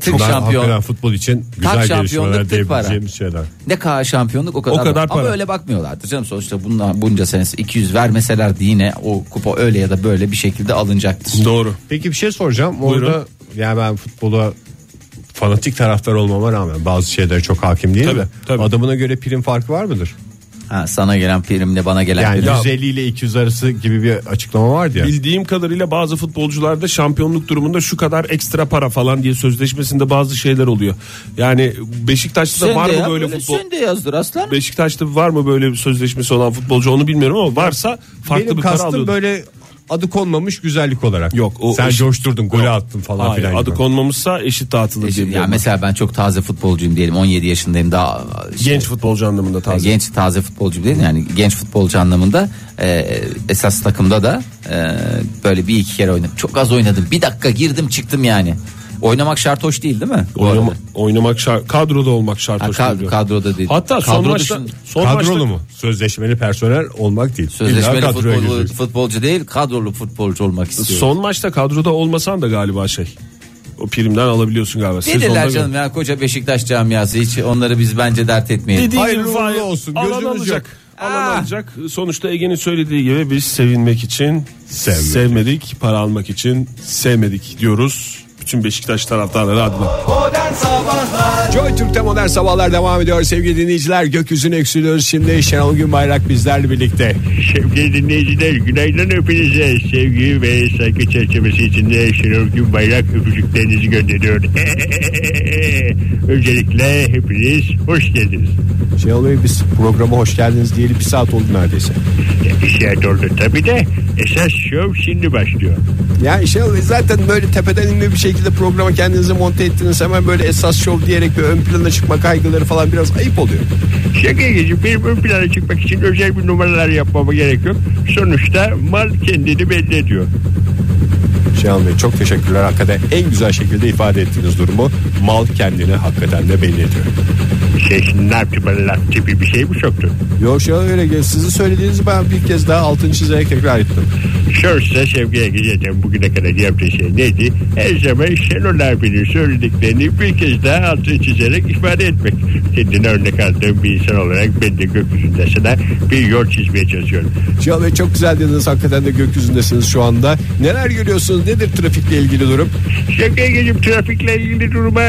Tık Ben şampiyon. hakikaten futbol için Tak güzel şampiyonluk, tık gelişmeler diyebileceğimiz şeyler. Ne kadar şampiyonluk o kadar, O kadar para. Ama para. öyle bakmıyorlardı canım sonuçta bundan bunca senesi 200 vermeselerdi yine o kupa öyle ya da böyle bir şekilde alınacaktır. Doğru. Peki bir şey soracağım. Buyurun. Orada yani ben futbola fanatik taraftar olmama rağmen bazı şeylere çok hakim değilim Tabii, de. tabii. Adamına göre prim farkı var mıdır? Ha, sana gelen primle bana gelen Yani prim. Ya- 150 ile 200 arası gibi bir açıklama vardı ya. Bildiğim kadarıyla bazı futbolcularda şampiyonluk durumunda şu kadar ekstra para falan diye sözleşmesinde bazı şeyler oluyor. Yani Beşiktaş'ta da Sen var de mı ya, böyle böyle futbol? Sen de yazdır aslan. Beşiktaş'ta var mı böyle bir sözleşmesi olan futbolcu onu bilmiyorum ama varsa farklı Benim bir para kastım alıyordu. böyle adı konmamış güzellik olarak. Yok, o Sen eşit- coşturdun golü attın falan Hayır, filan. adı gibi. konmamışsa eşit dağıtılır diye E Şimdi ya biliyorum. mesela ben çok taze futbolcuyum diyelim 17 yaşındayım daha şey, Genç futbolcu anlamında taze. genç taze futbolcu değil yani genç futbolcu anlamında e, esas takımda da e, böyle bir iki kere oynadım çok az oynadım bir dakika girdim çıktım yani oynamak şart hoş değil değil mi? Bu Oynama- arada. oynamak şart, kadroda olmak şart. Ha, hoş ka- geliyor. kadroda değil. Hatta son Kadro maçta, dışında- son maçta- Kadrolu mu? Sözleşmeli personel olmak değil. Sözleşmeli İlla kadroya futbolu, gireceksin. futbolcu değil kadrolu futbolcu olmak istiyor. Son maçta kadroda olmasan da galiba şey. O primden alabiliyorsun galiba. Dediler Sezonda- canım ya koca Beşiktaş camiası hiç onları biz bence dert etmeyelim. Dediği Hayırlı gibi uğurlu Fahir, olsun, alan gözümüz alacak. Alan Aa. alacak. Sonuçta Ege'nin söylediği gibi biz sevinmek için Sevmedik. sevmedik, para almak için sevmedik diyoruz. bütün Beşiktaş taraftarları adına. Modern Sabahlar Joy Türk'te modern sabahlar devam ediyor sevgili dinleyiciler. Gökyüzüne eksiliyoruz şimdi Şenol Günbayrak bizlerle birlikte. Sevgili dinleyiciler günaydın hepinize. Sevgi ve saygı çerçevesi içinde Şenol Gün Bayrak öpücüklerinizi gönderiyor. Öncelikle hepiniz hoş geldiniz. Şenol Bey Şey biz programa hoş geldiniz diyeli bir saat oldu neredeyse. Bir şey oldu tabi de esas şov şimdi başlıyor. Ya Şenol Bey zaten böyle tepeden inme bir şekilde programa kendinizi monte ettiniz. Hemen böyle esas şov diyerek bir ön plana çıkma kaygıları falan biraz ayıp oluyor. Şaka geçip benim ön plana çıkmak için özel bir numaralar yapmama gerek yok. Sonuçta mal kendini belli ediyor. Şenol Şey Bey çok teşekkürler. Hakikaten en güzel şekilde ifade ettiğiniz durumu mal kendini hakikaten de belli ediyor. Şey şimdi ne yaptı bana laf tipi bir şey mi soktu? Yok Şenol Bey öyle sizin söylediğinizi ben bir kez daha altın çizerek tekrar ettim. Şorsa sevgiye gideceğim bugüne kadar yaptığı şey neydi? Her zaman Şenol abinin söylediklerini bir kez daha altını çizerek ifade etmek. Kendine örnek aldığım bir insan olarak ben de gökyüzünde sana bir yol çizmeye çalışıyorum. Şenol Şey Bey çok güzel dediniz. Hakikaten de gökyüzündesiniz şu anda. Neler görüyorsunuz? Nedir trafikle ilgili durum? Şevkiye gelip trafikle ilgili duruma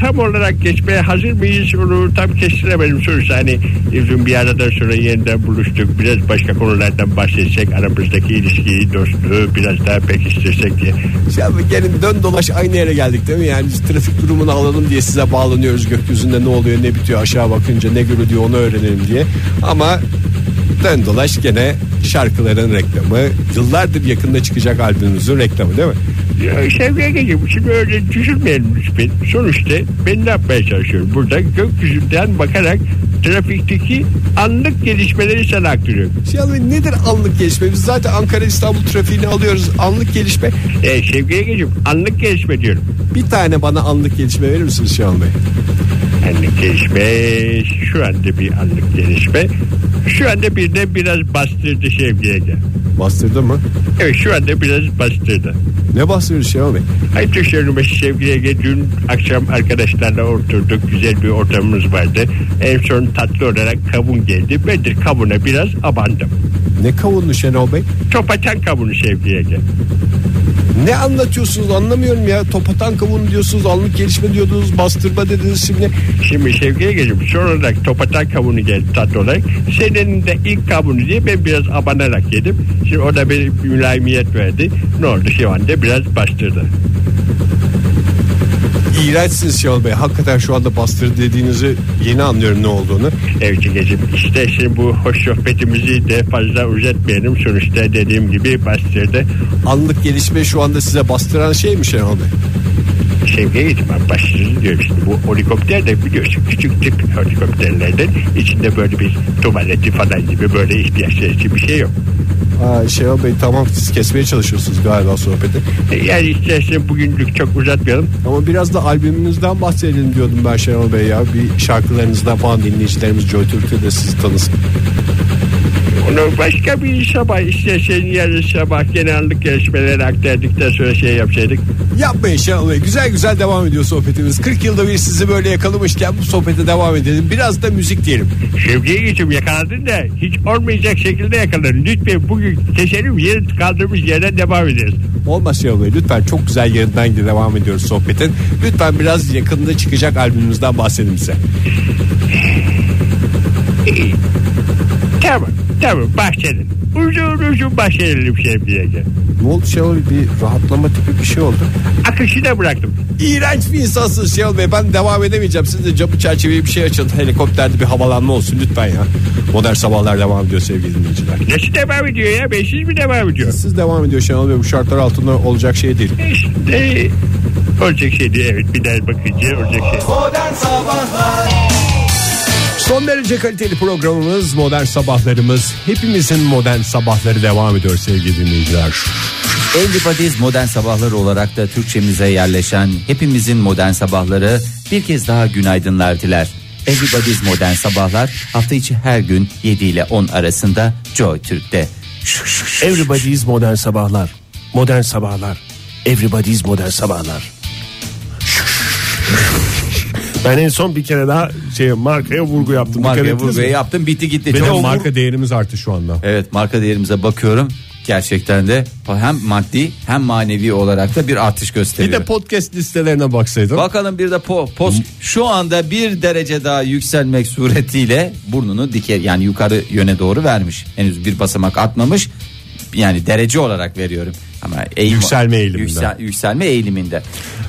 tam olarak geçmeye hazır mıyız onu tam kestiremedim sorusu. Hani uzun bir aradan sonra yeniden buluştuk. Biraz başka konulardan bahsetsek aramızdaki ilişkiyi, dostluğu biraz daha pekiştirsek diye. Şenol Bey Şey gelin dön dolaş aynı yere geldik değil mi? Yani biz trafik durumunu alalım diye size bağlanıyoruz. Gökyüzünde ne oluyor ne bitiyor aşağı bakınca ne görülüyor onu öğrenelim diye. Ama dön dolaş gene şarkıların reklamı. Yıllardır yakında çıkacak albümünüzün reklamı değil mi? Ya Sevgiye Gecim şimdi öyle düşünmeyelim lütfen. Sonuçta ben ne yapmaya çalışıyorum? Burada gökyüzünden bakarak trafikteki anlık gelişmeleri sana aktarıyorum. Şenol Bey Şey nedir anlık gelişme? Biz zaten Ankara İstanbul trafiğini alıyoruz. Anlık gelişme. E, Sevgiye Gecim anlık gelişme diyorum. Bir tane bana anlık gelişme verir misiniz Şenol Bey? Anlık gelişme şu anda bir anlık gelişme. Şu anda bir de biraz bastırdı Sevgiye Gecim. Bastırdı mı? Evet şu anda biraz bastırdı. Ne bastırır Şenol Bey? Ayıp Başı Sevgili Ege dün akşam arkadaşlarla oturduk. Güzel bir ortamımız vardı. En son tatlı olarak kavun geldi. Ben de kavuna biraz abandım. Ne kavunlu Şenol Bey? Topatan kavunu Sevgili Ege. Ne anlatıyorsunuz anlamıyorum ya. Topatan kavunu diyorsunuz, anlık gelişme diyordunuz, bastırma dediniz şimdi. Şimdi Sevgili Ege'cim son olarak topatan kavunu geldi tatlı olarak. Senin de ilk kavunu diye ben biraz abanarak yedim. Şimdi o da bir mülayimiyet verdi. Ne oldu şu anda biraz bastırdı. İğrençsiniz Şenol Bey. Hakikaten şu anda bastır dediğinizi yeni anlıyorum ne olduğunu. Evet Ege'cim işte şimdi bu hoş sohbetimizi de fazla uzatmayalım. Sonuçta dediğim gibi bastırdı. Anlık gelişme şu anda size bastıran şey mi Şenol Bey? Sevgiye gitmem başlıyoruz diyorum işte bu helikopter de biliyorsun küçük tip helikopterlerden içinde böyle bir tuvaleti falan gibi böyle ihtiyaçları için bir şey yok. Aa, Şenol Bey tamam siz kesmeye çalışıyorsunuz galiba sohbeti. E, Yani istersen bugünlük çok uzatmayalım. Ama biraz da albümünüzden bahsedelim diyordum ben Şenol Bey ya. Bir şarkılarınızdan falan dinleyicilerimiz Joy Türk'te de sizi tanısın. Onu başka bir sabah istersen yarın sabah genellik gelişmeleri aktardıktan sonra şey yapsaydık. Yapmayın Şenol Bey. Güzel güzel devam ediyor sohbetimiz. 40 yılda bir sizi böyle yakalamışken bu sohbete devam edelim. Biraz da müzik diyelim. Sevgiye geçim yakaladın da hiç olmayacak şekilde yakaladın. Lütfen bugün keselim yarın kaldığımız yerden devam ederiz. Olmaz Şenol Bey. Lütfen çok güzel yerinden devam ediyoruz sohbetin. Lütfen biraz yakında çıkacak albümümüzden bahsedin bize. Tamam tamam bahçenin. Uzun uzun bahçenelim sevgileceğim. Ne oldu Şenol Bey? Bir rahatlama tipi bir şey oldu. Akışına bıraktım. İğrenç bir insansınız Şenol Bey. Ben devam edemeyeceğim. Siz de camı çerçeveye bir şey açın. Helikopterde bir havalanma olsun lütfen ya. Modern sabahlar devam ediyor sevgili dinleyiciler. Nasıl devam ediyor ya? Beşiz mi devam ediyor? Siz devam ediyor Şenol Bey. Bu şartlar altında olacak şey değil. İşte olacak şey değil. Evet bir daha bakınca olacak şey. Modern Sabahlar Son derece kaliteli programımız Modern Sabahlarımız. Hepimizin modern sabahları devam ediyor sevgili dinleyiciler. Everybody's Modern Sabahları olarak da Türkçemize yerleşen hepimizin modern sabahları bir kez daha günaydınlar diler. Everybody's Modern Sabahlar hafta içi her gün 7 ile 10 arasında Joy Türk'te. Everybody's Modern Sabahlar. Modern Sabahlar. Everybody's Modern Sabahlar. Ben en son bir kere daha şey markaya vurgu yaptım. Dikkat Marka ettiniz vurguyu mi? yaptım bitti gitti. Ve de Çok o mar- Marka değerimiz arttı şu anda. Evet marka değerimize bakıyorum. gerçekten de hem maddi hem manevi olarak da bir artış Bir gösteriyor. de podcast listelerine baksaydım. Bakalım bir de po, post şu anda bir derece daha yükselmek suretiyle burnunu diker yani yukarı yöne doğru vermiş. Henüz bir basamak atmamış. Yani derece olarak veriyorum. Ama eğim, Yükselme eğiliminde. Yüksel- yükselme eğiliminde.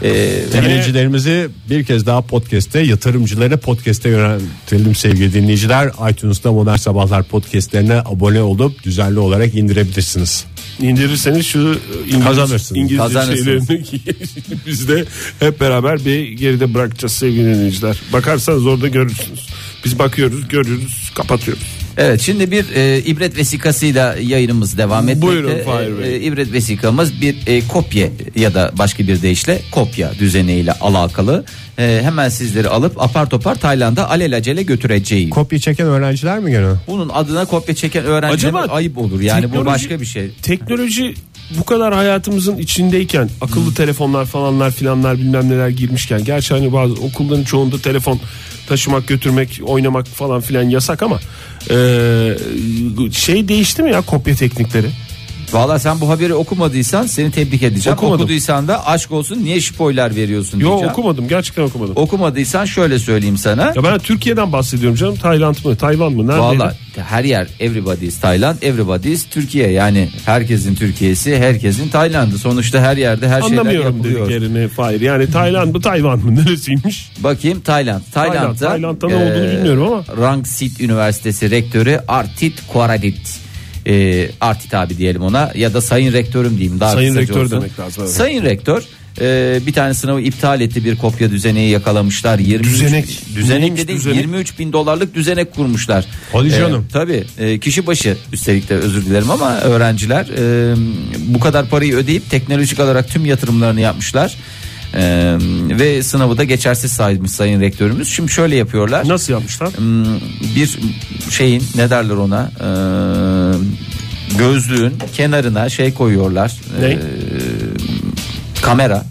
Ee, Dinleyicilerimizi bir kez daha podcast'te yatırımcılara podcast'e yöneltelim sevgili dinleyiciler. iTunes'ta Modern Sabahlar podcast'lerine abone olup düzenli olarak indirebilirsiniz. İndirirseniz şu İngiliz, Kazanırsınız. İngilizce Kazanırsınız. şeylerini biz de hep beraber bir geride bırakacağız sevgili dinleyiciler. Bakarsanız orada görürsünüz. Biz bakıyoruz, görüyoruz, kapatıyoruz. Evet şimdi bir e, ibret vesikasıyla yayınımız devam etmekte. Buyurun Fahir Bey. E, e, ibret vesikamız bir e, kopya ya da başka bir deyişle kopya düzeniyle alakalı. E, hemen sizleri alıp apar topar Tayland'a alelacele götüreceğim. Kopya çeken öğrenciler mi gene? Bunun adına kopya çeken öğrencilere Acaba ayıp olur. Yani bu teknoloji- başka bir şey. Teknoloji bu kadar hayatımızın içindeyken akıllı telefonlar falanlar filanlar bilmem neler girmişken gerçi hani bazı okulların çoğunda telefon taşımak götürmek oynamak falan filan yasak ama eee, şey değişti mi ya kopya teknikleri? Valla sen bu haberi okumadıysan seni tebrik edeceğim. Okumadım. Okuduysan da aşk olsun niye spoiler veriyorsun Yo diyeceğim. okumadım gerçekten okumadım. Okumadıysan şöyle söyleyeyim sana. Ya ben Türkiye'den bahsediyorum canım Tayland mı Tayvan mı neredeydi? Valla her yer everybody is Tayland, everybody is Türkiye. Yani herkesin Türkiye'si, herkesin Tayland'ı. Sonuçta her yerde her şeyler Anlamıyorum yapılıyor. dediklerini Fahir. Yani Tayland mı Tayvan mı neresiymiş? Bakayım Tayland. Tayland'da, Tayland'da ne olduğunu bilmiyorum ama. Rangsit Üniversitesi Rektörü Artit Koradit. E, Artit abi diyelim ona ya da Sayın Rektörüm diyeyim. Daha Sayın kısaca Rektör olsun. demek lazım, evet. Sayın Rektör e, bir tane sınavı iptal etti bir kopya düzeneği yakalamışlar. 23, Düzenek. Düzenek Neymiş dedi düzenek? 23 bin dolarlık düzenek kurmuşlar. Hadi canım. E, tabii e, kişi başı üstelik de özür dilerim ama öğrenciler e, bu kadar parayı ödeyip teknolojik olarak tüm yatırımlarını yapmışlar. E, ve sınavı da geçersiz saymış sayın rektörümüz. Şimdi şöyle yapıyorlar. Nasıl yapmışlar? Hmm, bir şeyin ne derler ona Ee, gözlüğün kenarına şey koyuyorlar Ne? Ee, kamera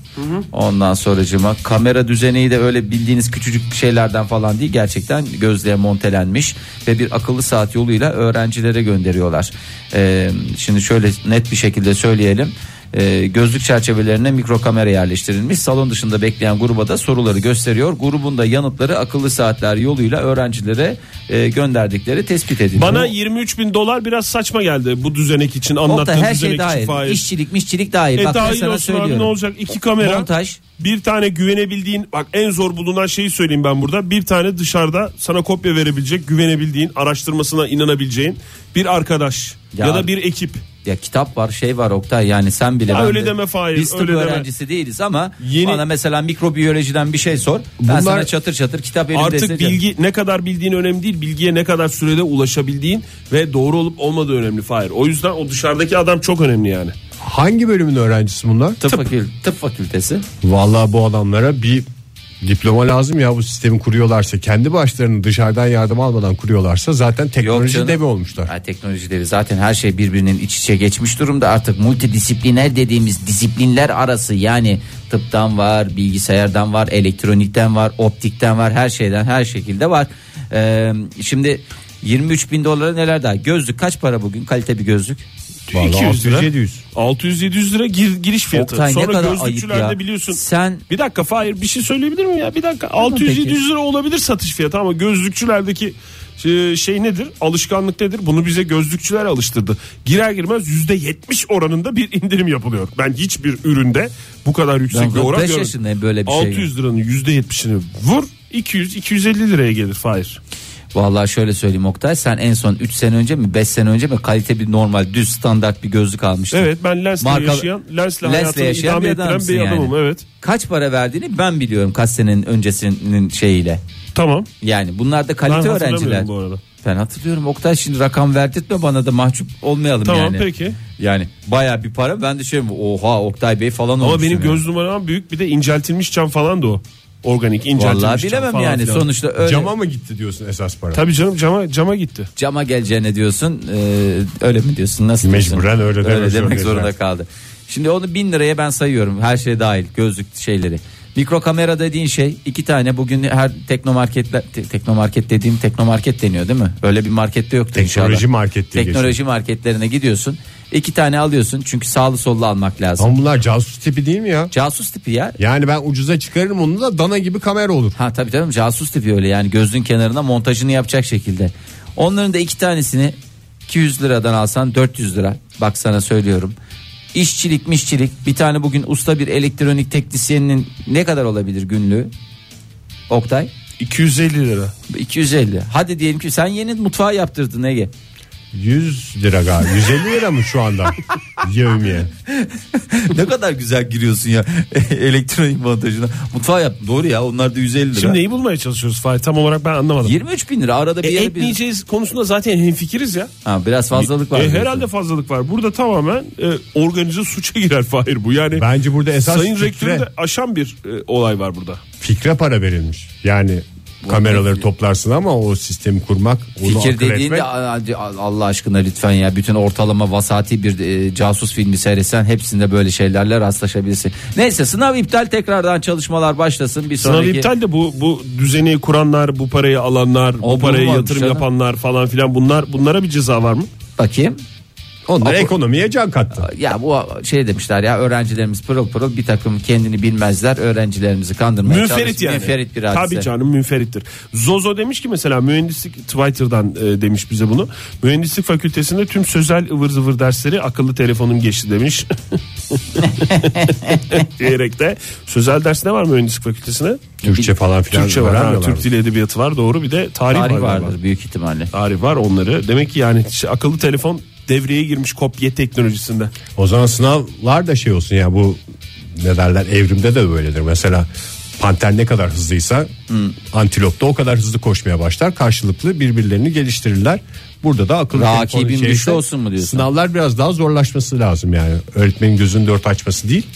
ondan sonracıma kamera düzeneği de öyle bildiğiniz küçücük şeylerden falan değil gerçekten gözlüğe montelenmiş ve bir akıllı saat yoluyla öğrencilere gönderiyorlar Ee, şimdi şöyle net bir şekilde söyleyelim Ee, gözlük çerçevelerine mikro kamera yerleştirilmiş. Salon dışında bekleyen gruba da soruları gösteriyor. Grubun da yanıtları akıllı saatler yoluyla öğrencilere e, gönderdikleri tespit ediliyor. Bana 23 bin dolar biraz saçma geldi bu düzenek için Oktay, anlattığın her şey düzenek için dahil. Fahir. İşçilik mişçilik dahil. E Bak ben dahil sana olsun abi söylüyorum. ne olacak? İki kamera. Montaj. Bir tane güvenebildiğin bak en zor bulunan şeyi söyleyeyim ben burada. Bir tane dışarıda sana kopya verebilecek, güvenebildiğin, araştırmasına inanabileceğin bir arkadaş Ya- ya, da bir ekip. Ya kitap var şey var Oktay yani sen bile. Ya ben öyle de- deme Fahir, Biz tıp öyle deme. öğrencisi değiliz ama Yeni- bana mesela mikrobiyolojiden bir şey sor. ben Bunlar- sana çatır çatır kitap elimde Artık izleyeceğim. bilgi ne kadar bildiğin önemli değil. Bilgiye ne kadar sürede ulaşabildiğin ve doğru olup olmadığı önemli Fahir. O yüzden o dışarıdaki adam çok önemli yani. Hangi bölümün öğrencisi bunlar? Tıp, fakül, tıp fakültesi. Vallahi bu adamlara bir diploma lazım ya bu sistemi kuruyorlarsa kendi başlarını dışarıdan yardım almadan kuruyorlarsa zaten teknoloji canım. devi olmuşlar. Ha, teknoloji devi zaten her şey birbirinin iç içe geçmiş durumda artık multidisipliner dediğimiz disiplinler arası yani tıptan var bilgisayardan var elektronikten var optikten var her şeyden her şekilde var. Ee, şimdi 23 bin dolara neler daha gözlük kaç para bugün kalite bir gözlük. Vallahi 200 lira. 600. 600-700 lira gir- giriş fiyatı. Oktay, ne Sonra kadar ayıp gözlükçülerde ya. biliyorsun. Sen- Bir dakika Fahir bir şey söyleyebilir miyim ya? Bir dakika peki. 600-700 lira olabilir satış fiyatı ama gözlükçülerdeki şey- şey nedir? Alışkanlık nedir? Bunu bize gözlükçüler alıştırdı. Girer girmez %70 oranında bir indirim yapılıyor. Ben hiçbeş hiçbir üründe bu kadar yüksek Ben bir oran 45 görmedim. yaşındayım böyle bir şey. 600 liranın %70'ini vur 200-250 liraya gelir Fahir. Vallahi şöyle söyleyeyim Oktay sen en son 3 sene önce mi 5 sene önce mi kalite bir normal düz standart bir gözlük almıştın. Evet ben lensle Marka- yaşayan, lensle, Lensle hayatını yaşayan idame bir ettiren adamsın bir yani. adamım. Evet Kaç para verdiğini ben biliyorum kaç senenin öncesinin şeyiyle. tamam. Yani bunlar da Ben kalite hatırlamıyorum öğrenciler. bu arada. Ben hatırlıyorum Oktay şimdi rakam verdirtme bana da mahcup olmayalım Tamam, yani. peki. Yani baya bir para ben de şey oha Oktay Bey falan Ama olmuşsun benim yani. göz numaram büyük bir de inceltilmiş cam falan da o. Organik inceltilmiş Vallahi cam bilemem falan yani filan. sonuçta öyle Cama mı gitti diyorsun esas para? Tabii canım cama, cama gitti. cama geleceğine diyorsun ee, öyle mi diyorsun nasıl Mecburen öyle diyorsun? demek demek zorundayız zorunda yani. kaldı. Şimdi onu bin liraya ben sayıyorum her şey dahil gözlük şeyleri. Mikro kamera dediğin şey iki tane bugün her teknomarketler te- teknomarket dediğim teknomarket deniyor değil mi? Öyle bir markette yoktu Teknoloji inşallah. market diye Teknoloji marketlerine gidiyorsun. İki tane alıyorsun çünkü sağlı sollu almak lazım. Ama bunlar casus tipi değil mi ya? Casus tipi ya. Yani ben ucuza çıkarırım onu da dana gibi kamera olur. Ha tabii tabii casus tipi öyle yani gözün kenarına montajını yapacak şekilde. Onların da iki tanesini 200 liradan alsan 400 lira. Bak sana söylüyorum. İşçilik mişçilik bir tane bugün usta bir elektronik teknisyeninin ne kadar olabilir günlüğü? Oktay 250 lira. 250. Hadi diyelim ki sen yeni mutfağı yaptırdın Ege. 100 lira galiba. 150 lira mı şu anda? Yevmiye. ne kadar güzel giriyorsun ya elektronik montajına. Mutfağı yaptım doğru ya onlar da 150 lira. Şimdi neyi bulmaya çalışıyoruz Fahir? Tam olarak ben anlamadım. 23 bin lira arada bir E, yere et bir- yiyeceğiz konusunda zaten hemfikiriz ya. Ha, biraz fazlalık var. E, diyorsun. herhalde fazlalık var. Burada tamamen e, organize suça girer Fahir bu. Yani Bence burada esas Sayın fikre, Rektör'ü de aşan bir e, olay var burada. fikre para verilmiş. Yani kameraları toplarsın ama o sistemi kurmak, onu Fikir akıl etmek- dediğinde a- a- Allah aşkına lütfen ya bütün ortalama vasati bir e, casus filmi seyretsen hepsinde böyle şeylerle rastlaşabilirsin. Neyse sınav iptal tekrardan çalışmalar başlasın bir Sınav sonraki. iptal de bu bu düzeni kuranlar, bu parayı alanlar, O bu paraya bulunmamış yatırım canım. yapanlar falan filan bunlar bunlara bir ceza var mı? Bakayım. Onlar Ve ekonomiye can kattı. ya bu şey demişler ya öğrencilerimiz pırıl pırıl bir takım kendini bilmezler öğrencilerimizi kandırmaya Münferit çalışır. yani. Münferit bir hadise. Tabii canım münferittir. Zozo demiş ki mesela mühendislik Twitter'dan e, demiş bize bunu. Mühendislik fakültesinde tüm sözel ıvır zıvır dersleri akıllı telefonum geçti demiş. Diyerek de sözel ders ne var mühendislik fakültesine? Türkçe falan filan Türkçe var. ha, öğrenmiyorlar mı? Türk dili edebiyatı var doğru bir de tarih, Tarih var. galiba. vardır büyük ihtimalle. Tarih var onları. Demek ki yani işte akıllı telefon devreye girmiş kopya teknolojisinde. O zaman sınavlar da şey olsun ya bu ne derler evrimde de böyledir. Mesela panter ne kadar hızlıysa Hmm. antilop da o kadar hızlı koşmaya başlar. Karşılıklı birbirlerini geliştirirler. Burada da akıllı Rakibin telefonun güçlü şeyse olsun mu diyorsun? Sınavlar biraz daha zorlaşması lazım yani. Öğretmenin gözünü dört açması değil.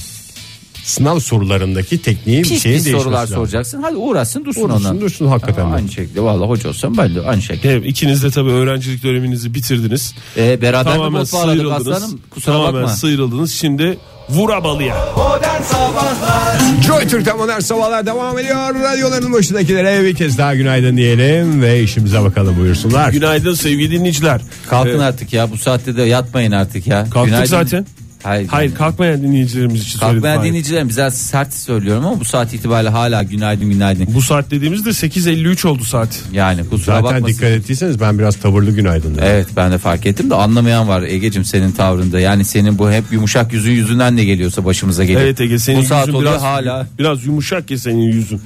Sınav sorularındaki tekniği bir Pis şey şeyin pis değişmesi sorular lazım. soracaksın. Hadi uğraşsın dursun Dursun, ona. dursun hakikaten de. Aynı şekilde valla hoca olsam ben de aynı şekilde. Evet, ikiniz de tabii öğrencilik döneminizi bitirdiniz. Ee, beraber mi tamamen bot bağladık sıyrıldınız. aslanım? Kusura tamamen bakma. sıyrıldınız. Şimdi vura balıya. Modern Sabahlar Joy Türk'te modern sabahlar devam ediyor. Radyoların başındakilere bir kez daha günaydın diyelim ve işimize bakalım buyursunlar. Günaydın sevgili dinleyiciler. Kalkın Ee, artık ya bu saatte de yatmayın artık ya. Kalktık zaten. Hayır. Hayır kalkmayan dinleyicilerimiz için Kalkmayan söyledim. dinleyicilerim bize sert söylüyorum ama bu saat itibariyle hala günaydın günaydın. Bu saat dediğimiz de 8.53 oldu saat. Yani kusura Zaten bakmasın. dikkat ettiyseniz ben biraz tavırlı günaydın dedim. Evet ben de fark ettim de anlamayan var Ege'cim senin tavrında. Yani senin bu hep yumuşak yüzün yüzünden ne geliyorsa başımıza geliyor. Evet Ege senin Bu saat yüzün oluyor biraz, hala. biraz yumuşak ya senin yüzün.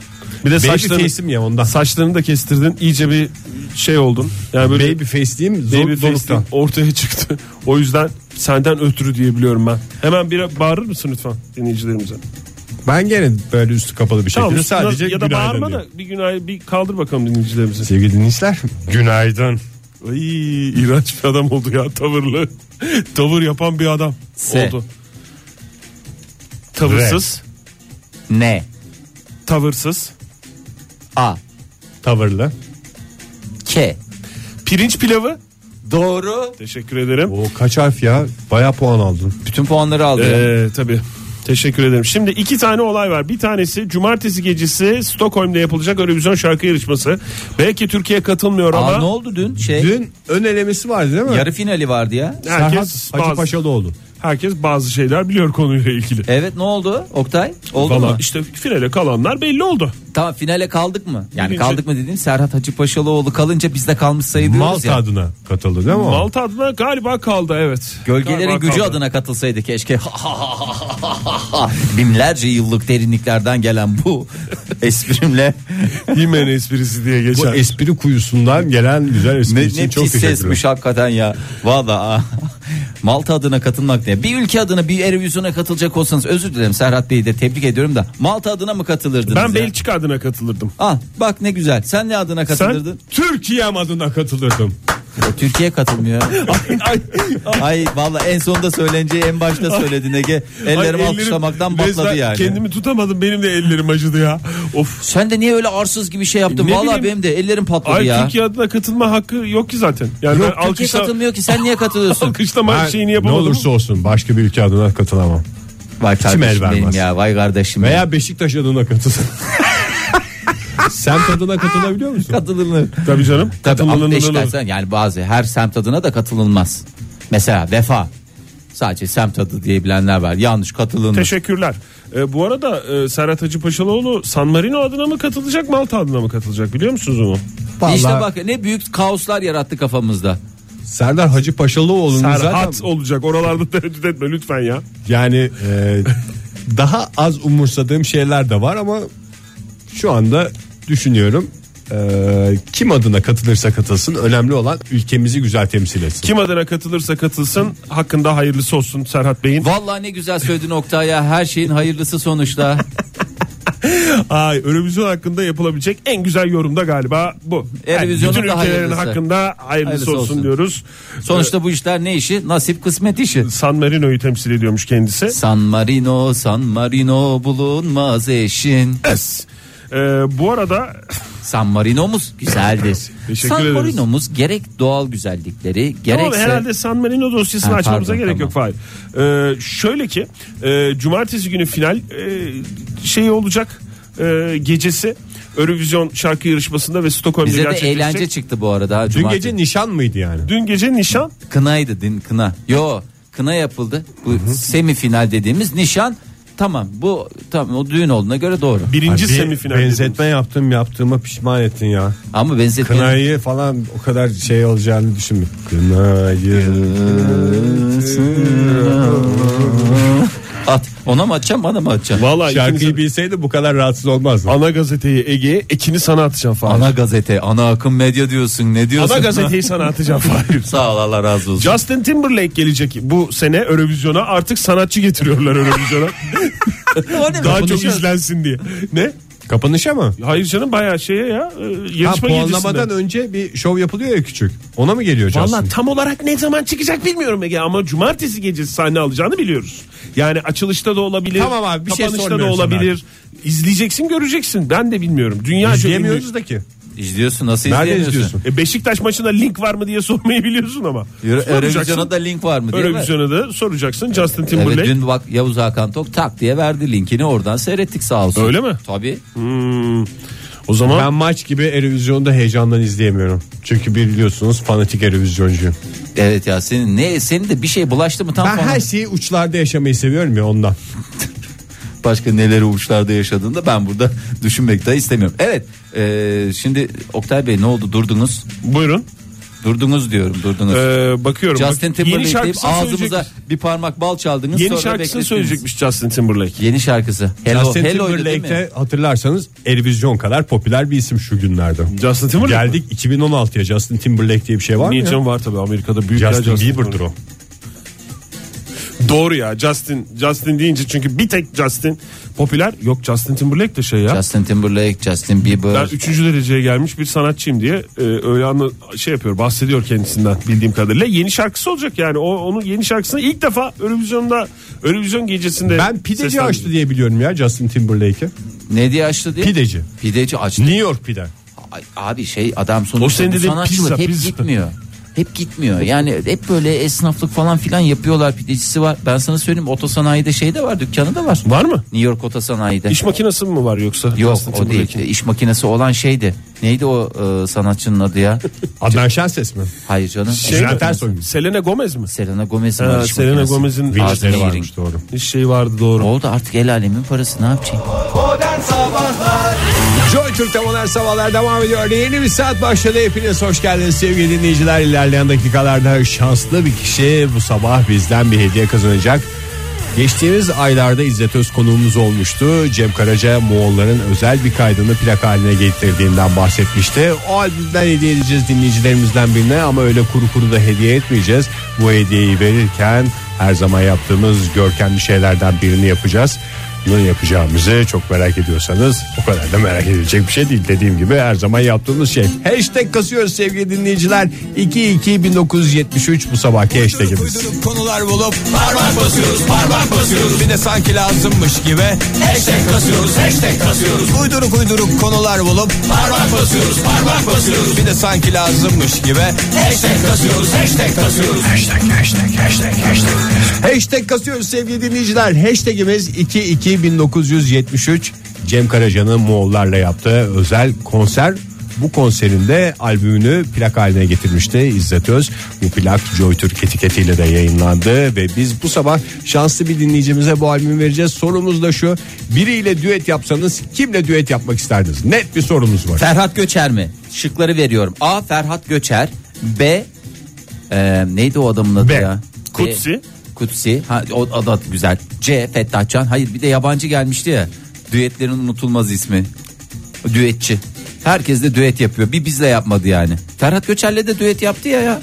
Bir de Baby saçlarını, face'im ya ondan. saçlarını da kestirdin. İyice bir şey oldun. Yani böyle Baby face diyeyim zor Baby zorluktan. Face'in ortaya çıktı. O yüzden senden ötürü diyebiliyorum ben. Hemen bir bağırır mısın lütfen dinleyicilerimize? Ben gene böyle üstü kapalı bir şekilde Tamam üstüne- sadece ya da günaydın bağırma diyorum. da bir günah bir kaldır bakalım dinleyicilerimize. Sevgili dinleyiciler günaydın. Ay iğrenç bir adam oldu ya tavırlı. Tavır yapan bir adam S. oldu. Tavırsız, Ne? tavırsız. A. Tavırlı. K. Pirinç pilavı. Doğru. Teşekkür ederim. O kaç harf ya? Baya puan aldın. Bütün puanları aldı. ya. Ee, tabii. Teşekkür ederim. Şimdi iki tane olay var. Bir tanesi cumartesi gecesi Stockholm'da yapılacak Eurovision şarkı yarışması. Belki Türkiye katılmıyor Aa, ama ne oldu dün? Şey, Dün ön elemesi vardı değil mi? yarı finali vardı ya. herkes Serhat bazı, Hacıpaşalıoğlu. herkes bazı şeyler biliyor konuyla ilgili. Evet ne oldu Oktay? Oldu mu? Valla işte finale kalanlar belli oldu. Tamam finale kaldık mı? Yani Birinci- kaldık mı dediğim Serhat Hacıpaşalıoğlu kalınca biz de kalmış sayılıyoruz Malta ya. adına katıldı değil mi? o? Malta adına galiba kaldı evet. Gölgelerin Galiba gücü kaldı. adına katılsaydı keşke. Binlerce yıllık derinliklerden gelen bu esprimle Himen esprisi diye Bu geçer. espri kuyusundan gelen güzel espri ne, için ne çok pis teşekkür sesmiş hakikaten ya. Valla Malta adına katılmak ne? Bir ülke adına bir Eurovision'a katılacak olsanız özür dilerim Serhat Bey'i de tebrik ediyorum da Malta adına mı katılırdınız? ben ya? Belçika adına katılırdım. Ah bak ne güzel. Sen ne adına Sen katılırdın? Türkiye adına katılırdım. Türkiye katılmıyor. Ay valla en sonda söyleneceği en başta söyledin Ege. Ay, Ellerim alkışlamaktan resmen patladı yani. Kendimi tutamadım benim de ellerim acıdı ya. Of. Sen de niye öyle arsız gibi şey yaptın? E, Ne Valla bileyim. benim de ellerim patladı Ay ya. Türkiye adına katılma hakkı yok ki zaten. Yani Yok ben Türkiye alkışla, katılmıyor ki sen niye katılıyorsun? alkışlama Ben şeyini ne yapamadım. olursa olsun başka bir ülke adına katılamam. Vay el kardeşim vermez. benim ya vay kardeşim. ya. Veya Beşiktaş adına katıl. Sen adına katılabiliyor musun? katılınır. Tabii canım. Tabii ama Katılınır. Beşiktaş'tan yani bazı her semt adına da katılınmaz. Mesela vefa. Sadece semt adı diyebilenler var. Yanlış katılın. Teşekkürler. Ee, bu arada e, Serhat Hacı Paşalıoğlu San Marino adına mı katılacak Malta adına mı katılacak biliyor musunuz onu? İşte Vallahi bak ne büyük kaoslar yarattı kafamızda. Serdar Hacı Paşalıoğlu'nun zaten Serhat olacak oralarda tereddüt etme lütfen ya. yani e, daha az umursadığım şeyler de var ama şu anda düşünüyorum e, kim adına katılırsa katılsın önemli olan ülkemizi güzel temsil etsin. Kim adına katılırsa katılsın hakkında hayırlısı olsun Serhat Bey'in. Vallahi ne güzel söyledin Oktay ya. Her şeyin hayırlısı sonuçta. Ay Eurovision hakkında yapılabilecek en güzel yorum da galiba bu. Yani Eurovision'un bütün da ülkelerin hayırlısı. hakkında hayırlısı, Hayırlısı olsun, olsun. diyoruz. Sonuçta bu işler ne işi? Nasip kısmet işi. San Marino'yu temsil ediyormuş kendisi. San Marino, San Marino bulunmaz eşin. Ee, bu arada San Marino'muz güzeldir. Teşekkür San ederiz. Marino'muz gerek doğal güzellikleri gerekse... Tamam herhalde San Marino dosyasını Ha, açmamıza pardon, gerek yok Fahir. Ee, şöyle ki e, cumartesi günü final e, şey olacak e, gecesi Eurovision şarkı yarışmasında ve Stockholm'da Bize de gerçekleşecek. eğlence çıktı bu arada. Dün Cumartesi. gece nişan mıydı yani? Dün gece nişan Kınaydı din kına. Yo kına yapıldı. Bu semifinal dediğimiz nişan tamam bu tamam o düğün olduğuna göre doğru. birinci Ay, bir semifinal. Benzetme yaptım yaptığıma pişman ettin ya. Ama benzetme Kınayı falan o kadar şey olacağını düşünme. Kınayı. at. Ona mı atacağım bana mı atacağım? Vallahi Şarkıyı ikinize- bilseydi bu kadar rahatsız olmazdı. ana gazeteyi Ege'ye ekini sana atacağım Fahir. Ana, Ana gazete, ana akım medya diyorsun. Ne diyorsun? gazeteyi sana atacağım Fahir. Sağ ol Allah razı olsun. Justin Timberlake gelecek bu sene Eurovision'a artık sanatçı getiriyorlar Eurovision'a. O ne be? Daha Bunu çok şöyle- izlensin diye. Ne? Kapanışa mı? Hayır canım bayağı şeye ya. e, Ha, Yarışma puanlamadan gecesinde. önce bir şov yapılıyor ya küçük. Ona mı geliyor Valla Justin? tam olarak ne zaman çıkacak bilmiyorum Ege ama cumartesi gecesi sahne alacağını biliyoruz. Yani açılışta da olabilir. Tamam abi, bir şey kapanışta da sormuyorum sana olabilir. İzleyeceksin göreceksin. Ben de bilmiyorum. Dünya İzleyemiyoruz da ki. İzliyorsun nasıl Nerede izleyemiyorsun? izliyorsun? E Beşiktaş maçında link var mı diye sormayı biliyorsun ama. Euro- Soracaksın. Eurovision'a da link var mı diye. ver. Eurovision'a da soracaksın Justin Timberlake. Evet, dün bak Yavuz Hakan Tok tak diye verdi linkini oradan seyrettik sağ olsun. Öyle mi? Tabii. Hmm. O zaman Ben maç gibi Erevizyon'da heyecandan izleyemiyorum. Çünkü biliyorsunuz fanatik Erevizyoncuyum. Evet ya senin ne senin de bir şey bulaştı mı tam Ben falan. her şeyi uçlarda yaşamayı seviyorum ya ondan. başka neleri uçlarda yaşadığında ben burada düşünmek daha istemiyorum. Evet e, şimdi Oktay Bey ne oldu durdunuz? buyurun. Durdunuz diyorum durdunuz. Ee, bakıyorum. Justin Bak- yeni Timberlake deyip şarkısını ağzımıza söyleyecekmiş. bir parmak bal çaldınız Yeni sonra şarkısını beklettiniz. söyleyecekmiş Justin Timberlake. Yeni şarkısı. Hello, Justin hello'ydu değil mi? Timberlake'te hatırlarsanız Erevizyon kadar popüler bir isim şu günlerde. Justin Timberlake mi? Geldik 2016'ya Justin Timberlake diye bir şey var mı Niye ya? canım var tabii Amerika'da büyük ya Justin Bieber'dır o. Doğru ya Justin Justin deyince çünkü bir tek Justin popüler. Yok Justin Timberlake de şey ya. Justin Timberlake, Justin Bieber. Ben üçüncü dereceye gelmiş bir sanatçıyım diye e, öyle anla, şey yapıyor bahsediyor kendisinden bildiğim kadarıyla. Yeni şarkısı olacak yani o, onun yeni şarkısını ilk defa Eurovision'da Eurovision gecesinde Ben pideci seslendirdi. açtı diye biliyorum ya Justin Timberlake'i. Ne diye açtı diye? Pideci. Pideci açtı. New York pide. Ay, abi şey adam sonuçta O senin bu dediğin sanatçılık pizza, hep pizza. gitmiyor. Hep gitmiyor. Yani hep böyle esnaflık falan filan yapıyorlar. Pidecisi var. Ben sana söyleyeyim otosanayide şey de var, dükkanı da var. Var mı? New York otosanayide. İş makinesi mi var yoksa? Yok Justin o değil. Timberlake'in? İş makinesi olan şeydi. Neydi o e, sanatçının adı ya? Adnan Şenses mi? Hayır canım. Şey Eş mi? makinesi. Selena Gomez mi? Selena Gomez'in Ha, var iş Selena makinesi. Gomez'in Art Vinçleri Deering. varmış doğru. İş şey vardı doğru. Oldu artık el alemin parası ne yapacağım? Modern Sabahlar Joy Türk'te modern sabahlar devam ediyor. Yeni bir saat başladı. Hepiniz hoş geldiniz sevgili dinleyiciler. İlerleyen dakikalarda şanslı bir kişi bu sabah bizden bir hediye kazanacak. Geçtiğimiz aylarda İzzet Öz konuğumuz olmuştu. Cem Karaca Moğolların özel bir kaydını plak haline getirdiğinden bahsetmişti. O albümden hediye edeceğiz dinleyicilerimizden birine ama öyle kuru kuru da hediye etmeyeceğiz. Bu hediyeyi verirken her zaman yaptığımız görkemli şeylerden birini yapacağız bunu yapacağımızı çok merak ediyorsanız o kadar da merak edilecek bir şey değil. Dediğim gibi her zaman yaptığımız şey. Hashtag kasıyoruz sevgili dinleyiciler. 22.1973 bu sabahki hashtagimiz. Uydurup konular bulup Parmak basıyoruz parmak basıyoruz Bir de sanki lazımmış gibi Hashtag kasıyoruz hashtag kasıyoruz Uyduruk uyduruk konular bulup Parmak basıyoruz parmak basıyoruz Bir de sanki lazımmış gibi Hashtag kasıyoruz hashtag kasıyoruz Hashtag, hashtag, hashtag, hashtag. Hashtag kasıyoruz sevgili dinleyiciler. Hashtagimiz 22.1973 Cem Karaca'nın Moğollarla yaptığı özel konser bu konserinde albümünü plak haline getirmişti İzzet Öz. Bu plak Joy Türk etiketiyle de yayınlandı ve biz bu sabah şanslı bir dinleyicimize bu albümü vereceğiz. Sorumuz da şu biriyle düet yapsanız kimle düet yapmak isterdiniz? Net bir sorumuz var. Ferhat Göçer mi? Şıkları veriyorum. A. Ferhat Göçer. B. e, neydi o adamın adı B. ya? Kutsi. B. Kutsi. Ha, o adı adı güzel. C. Fettah Can. Hayır bir de yabancı gelmişti ya. Düetlerin unutulmaz ismi. Düetçi. Herkes de düet yapıyor. Bir bizle yapmadı yani. Ferhat Göçer'le de düet yaptı ya ya.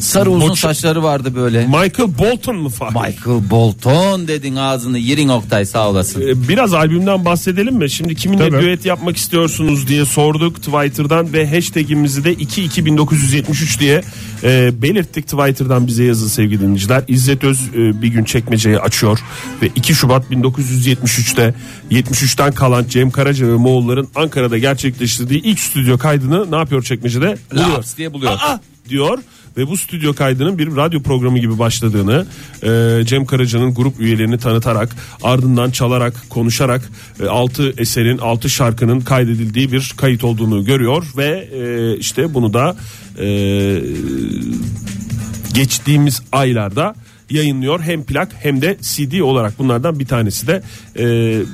Sarı uzun Boç- saçları vardı böyle. Michael Bolton mu Fahri? Michael Bolton dedin ağzını yirin Oktay sağ olasın. Ee, Biraz albümden bahsedelim mi? Şimdi kiminle Tabii. düet yapmak istiyorsunuz diye sorduk Twitter'dan ve hashtagimizi de 22.1973 diye e, belirttik Twitter'dan bize yazın sevgili dinleyiciler. İzzet Öz e, bir gün çekmeceyi açıyor ve 2 Şubat 1973'te 73'ten kalan Cem Karaca ve Moğolların Ankara'da gerçekleştirdiği ilk stüdyo kaydını ne yapıyor çekmecede? Buluyor. Laps diye buluyor. Aa! diyor ve bu stüdyo kaydının bir radyo programı gibi başladığını e, Cem Karaca'nın grup üyelerini tanıtarak ardından çalarak konuşarak 6 eserin 6 şarkının kaydedildiği bir kayıt olduğunu görüyor ve e, işte bunu da e, geçtiğimiz aylarda yayınlıyor hem plak hem de CD olarak bunlardan bir tanesi de e,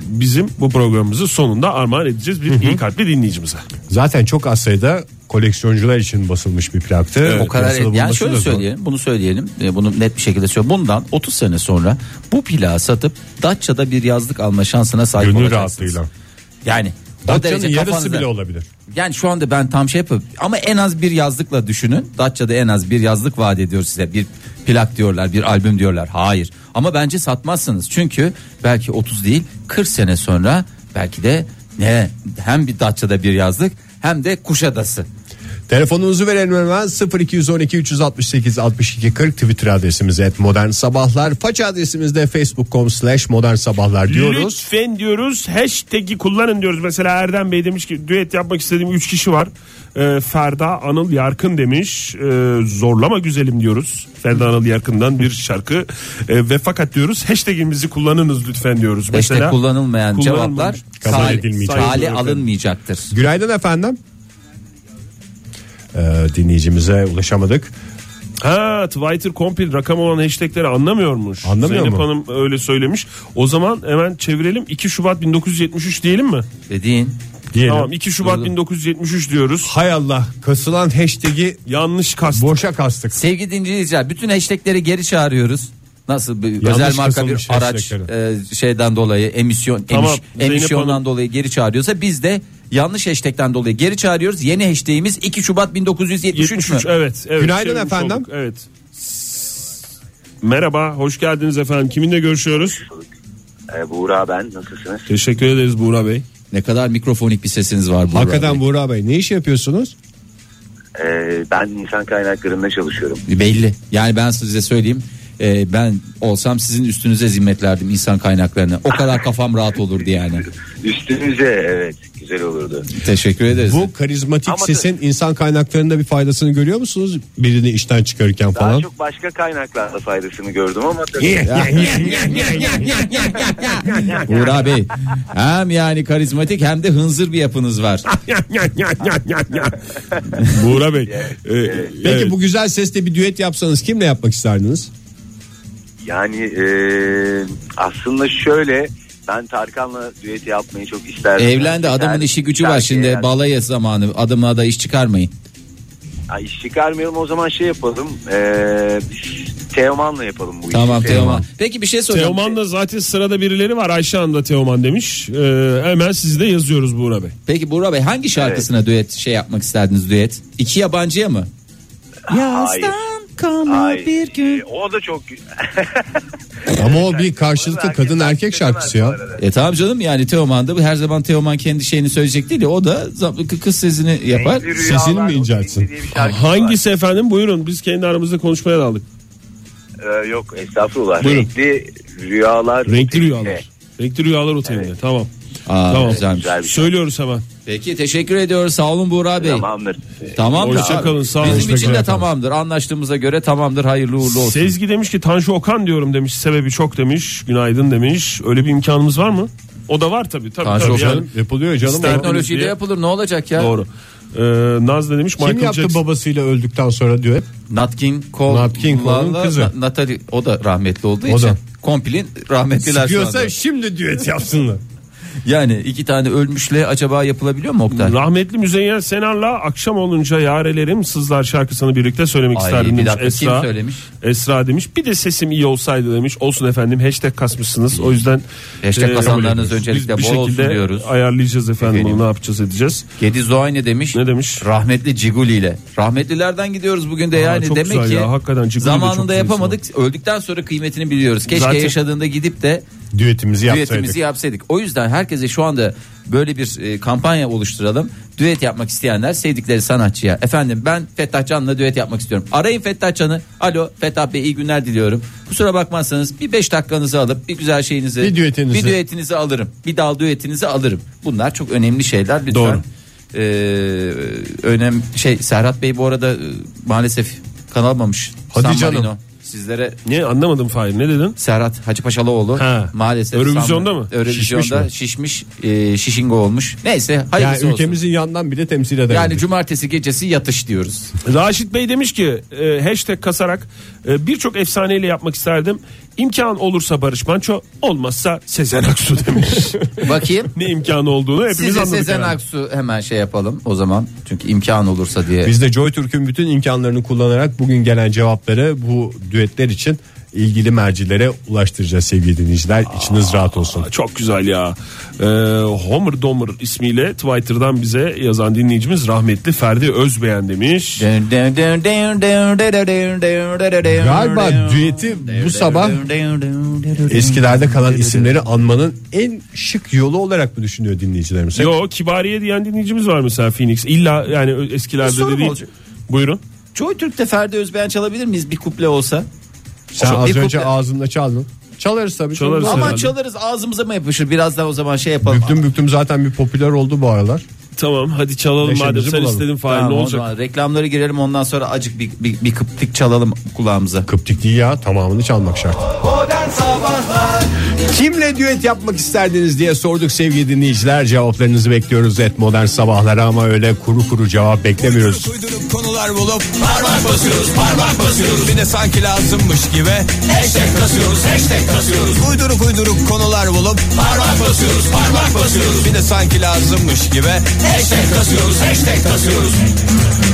bizim bu programımızı sonunda armağan edeceğiz bir iyi kalpli dinleyicimize. Zaten çok az sayıda koleksiyoncular için basılmış bir plaktı. o kadar Piyasada yani bulunması şöyle da zor. söyleyelim bunu söyleyelim e, bunu net bir şekilde söyleyeyim bundan 30 sene sonra bu plağı satıp Datça'da bir yazlık alma şansına sahip Gönül olacaksınız. rahatlığıyla. Yani o Datça'nın derece yarısı kafanızda- bile olabilir. Yani şu anda ben tam şey yapıp ama en az bir yazlıkla düşünün. Datça'da en az bir yazlık vaat ediyor size. Bir plak diyorlar, bir albüm diyorlar. Hayır. Ama bence satmazsınız. Çünkü belki 30 değil 40 sene sonra belki de ne hem bir Datça'da bir yazlık hem de Kuşadası. Telefonunuzu verelim hemen 0212 368 62 40 Twitter adresimiz et modern sabahlar. Faça adresimiz de facebook.com slash modern sabahlar diyoruz. Lütfen diyoruz. Hashtag'i kullanın diyoruz. Mesela Erdem Bey demiş ki düet yapmak istediğim 3 kişi var. Ee, Ferda Anıl Yarkın demiş. Ee, zorlama güzelim diyoruz. Ferda Anıl Yarkın'dan bir şarkı. Ee, ve fakat diyoruz hashtag'imizi kullanınız lütfen diyoruz. Beşte Mesela kullanılmayan cevaplar Kabul kale- edilmeyecek. kale Sayılır efendim. alınmayacaktır. Günaydın efendim. Ee, dinleyicimize ulaşamadık. Ha Twitter kompil rakam olan hashtag'leri anlamıyormuş. Anlamıyor Zeynep mu? Hanım öyle söylemiş. O zaman hemen çevirelim 2 Şubat 1973 diyelim mi? Dediğin Diyelim. Tamam 2 Şubat Doğru. 1973 diyoruz. Hay Allah kasılan hashtag'i Yanlış kast. boşa kastık. Sevgili dinleyiciler bütün hashtagleri geri çağırıyoruz. Nasıl bir özel marka bir basılmış araç hashtagleri. e, şeyden dolayı emisyon Tamam, emiş- Zeynep emisyondan Hanım. dolayı geri çağırıyorsa biz de yanlış hashtag'ten dolayı geri çağırıyoruz. Yeni hashtag'imiz 2 Şubat 1973 mü? 73 evet. evet Günaydın Çevirmiş efendim. olduk, Evet. Merhaba, hoş geldiniz efendim. Kiminle görüşüyoruz? Ee, Buğra ben nasılsınız? Teşekkür ederiz Buğra Bey. Ne kadar mikrofonik bir sesiniz var burada. Hakikaten Buğra Bey ne iş yapıyorsunuz? Ee, ben insan kaynaklarında çalışıyorum. Belli. Yani ben size söyleyeyim. e, ben olsam sizin üstünüze zimmetlerdim insan kaynaklarını. O kadar kafam rahat olurdu yani. Üstünüze evet güzel olurdu. Teşekkür ederiz. Bu karizmatik Ama- sesin insan kaynaklarında bir faydasını görüyor musunuz? Birini işten çıkarırken Daha falan. çok başka kaynaklarda faydasını gördüm ama tabii Uğur Bey hem yani karizmatik hem de hınzır bir yapınız var. Buğra Bey. e, Peki bu güzel sesle bir düet yapsanız kimle yapmak isterdiniz? yani e, aslında şöyle ben Tarkan'la düet yapmayı çok isterdim. Evlendi adamın Yani işi gücü var şimdi yani- balaya zamanı adımına da iş çıkarmayın. Ay, iş çıkarmayalım o zaman şey yapalım. E, biz Teoman'la yapalım bu işi. Tamam Teoman. Peki bir şey soracağım. Teoman'da zaten sırada birileri var. Ayşe Hanım da Teoman demiş. E, hemen sizi de yazıyoruz Buğra Bey. Peki Burak Bey hangi şarkısına düet şey yapmak isterdiniz düet? İki yabancıya mı? Hayır. Kama Hayır. Ee, O da çok gü- Ama o bir karşılıklı Herkes kadın erkek şarkısı bu ya. arada. E tamam canım yani Teoman'da bu her zaman Teoman kendi şeyini söyleyecek değil ya o da zap- kız sesini yapar. Renkli Sesini mi Rüyalar inceltsin? diye bir şarkısı var. Hangisi efendim? Buyurun biz kendi aramızda konuşmaya daldık. Ee, yok estağfurullah. Buyurun. Renkli rüyalar. Renkli Otelinde. Rüyalar. Renkli Rüyalar Oteli'nde. Tamam. Aa, tamam. güzelmiş. Güzel bir şey. Söylüyoruz hemen. Peki teşekkür ediyoruz sağ olun Burak Bey. Tamamdır. Tamamdır. Hoşça abi. kalın, sağ olun. Bizim Hoşça için kalın. de tamamdır. Anlaştığımıza göre tamamdır. Hayırlı uğurlu olsun. Sezgi demiş ki Tanju Okan diyorum demiş. Sebebi çok demiş. Günaydın demiş. Öyle bir imkanımız var mı? O da var tabii. tabii, Tanju tabii. Okan- Yani- Yapılıyor canım. canım. İster- Teknolojiyle diye. yapılır ne olacak ya? Doğru. Ee, Naz ne demiş? Kim Michael yaptı Jackson. babasıyla öldükten sonra diyor hep. Nat King Cole. Nat King Cole'un Valla kızı. Na- Natalie o da rahmetli olduğu O için. da. Komplin rahmetliler şu anda. Sıkıyorsa şimdi düet yapsınlar. Yani iki tane ölmüşle acaba yapılabiliyor mu Oktay? Rahmetli Müzeyyen Senar'la akşam olunca yarelerim sızlar şarkısını birlikte söylemek Ay, isterdim bir demiş dakika, kim Esra. söylemiş? Esra demiş. Bir de sesim iyi olsaydı demiş. Olsun efendim hashtag kasmışsınız. O yüzden Hashtag e, kasanlarınız kabul ediyoruz. öncelikle Biz bir bol olsun şekilde diyoruz. ayarlayacağız efendim, Efendim. bunu ne yapacağız edeceğiz. Gediz Doğay ne demiş? Ne demiş? Rahmetli Ciguli ile. Rahmetlilerden gidiyoruz bugün de yani çok demek güzel ki ya, hakikaten Ciguli de çok zamanında güzel yapamadık. Öldükten sonra kıymetini biliyoruz. Keşke Zaten- yaşadığında gidip de Düetimizi yapsaydık. düetimizi yapsaydık. O yüzden herkese şu anda böyle bir e, kampanya oluşturalım. Düet yapmak isteyenler sevdikleri sanatçıya. Efendim ben Fettah Can'la düet yapmak istiyorum. Arayın Fettah Can'ı. Alo Fettah Bey iyi günler diliyorum. Kusura bakmazsanız bir 5 dakikanızı alıp bir güzel şeyinizi. Bir düetinizi. Bir düetinizi alırım. Bir dal düetinizi alırım. Bunlar çok önemli şeyler. Lütfen. Doğru. Ee, önem şey Serhat Bey bu arada e, maalesef kan almamış. Hadi San canım. Marino. Sizlere Ne anlamadım Fahir ne dedin? Serhat Hacıpaşalıoğlu Ha. maalesef Eurovision'da San- mı? Eurovision'da şişmiş, e, şişingo olmuş. Neyse Yani hayırlısı olsun. ülkemizin yandan bile temsil edelim. Yani cumartesi gecesi yatış diyoruz. Raşit Bey demiş ki e, hashtag kasarak e, birçok efsaneyle yapmak isterdim. İmkan olursa Barış Manço olmazsa Sezen Aksu demiş. Bakayım. ne imkanı olduğunu hepimiz Size anladık. Sezen herhalde. Aksu hemen şey yapalım o zaman. Çünkü imkan olursa diye. Biz de Joy Türk'ün bütün imkanlarını kullanarak bugün gelen cevapları bu düetler için ilgili mercilere ulaştıracağız sevgili dinleyiciler. İçiniz rahat olsun. Aa, Çok güzel ya. Ee, Homer Domer ismiyle Twitter'dan bize yazan dinleyicimiz rahmetli Ferdi Özbeğen demiş. Galiba düeti bu sabah eskilerde kalan isimleri anmanın en şık yolu olarak mı düşünüyor dinleyicilerimiz? Yo Kibariye diyen dinleyicimiz var mesela Phoenix. İlla yani ö- Bir eskilerde sorum de değil. olacak. Buyurun. Joy Türk'te Ferdi Özbeğen çalabilir miyiz bir kuple olsa? Sen Çok- az bir önce kuple- ağzınla çaldın. Çalarız tabii. Çalarız. Ama Herhalde. çalarız ağzımıza mı yapışır? Biraz daha o zaman şey yapalım. Büktüm büktüm zaten bir popüler oldu bu aralar. Tamam hadi çalalım Neşemizi madem sen bulalım. istedin Fahir Tamam, ne o olacak? zaman reklamları girelim ondan sonra acık bir, bir, bir kıptık çalalım kulağımıza. Kıptik değil ya tamamını çalmak şart. Kimle düet yapmak isterdiniz diye sorduk sevgili dinleyiciler. Cevaplarınızı bekliyoruz et modern sabahlara ama öyle kuru kuru cevap beklemiyoruz. Uydurup konular bulup parmak basıyoruz parmak basıyoruz bir de sanki lazımmış gibi hashtag kasıyoruz hashtag kasıyoruz uyduruk uyduruk konular bulup parmak basıyoruz parmak basıyoruz bir de sanki lazımmış gibi hashtag kasıyoruz hashtag kasıyoruz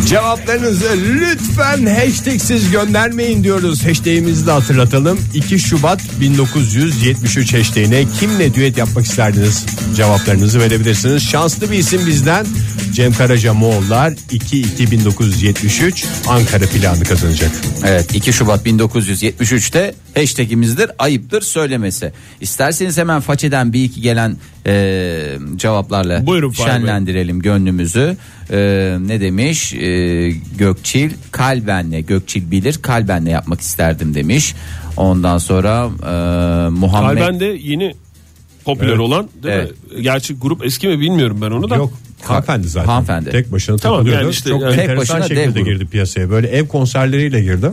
Cevaplarınızı lütfen hashtagsiz göndermeyin diyoruz. Hashtag'imizi de hatırlatalım. 2 Şubat 1973 hashtag'ine kimle düet yapmak isterdiniz? Cevaplarınızı verebilirsiniz. Şanslı bir isim bizden Cem Karaca Moğollar 2-2-1973 Ankara planı kazanacak. Evet 2 Şubat 1973'te hashtagimizdir ayıptır söylemesi. İsterseniz hemen façeden bir iki gelen e, cevaplarla Buyurun Fahir Bey. şenlendirelim gönlümüzü. E, ne demiş E, Gökçil kalbenle Gökçil bilir kalbenle yapmak isterdim demiş. Ondan sonra e, Muhammed Kalben de yeni popüler Evet. olan değil mi? Gerçi grup eski mi bilmiyorum ben onu da. Yok. Hanımefendi zaten. Hanımefendi. Tek başına Tamam, takılıyordu. yani işte Çok yani- enteresan Tek başına dev şekilde grup. girdi piyasaya. Böyle ev konserleriyle girdi.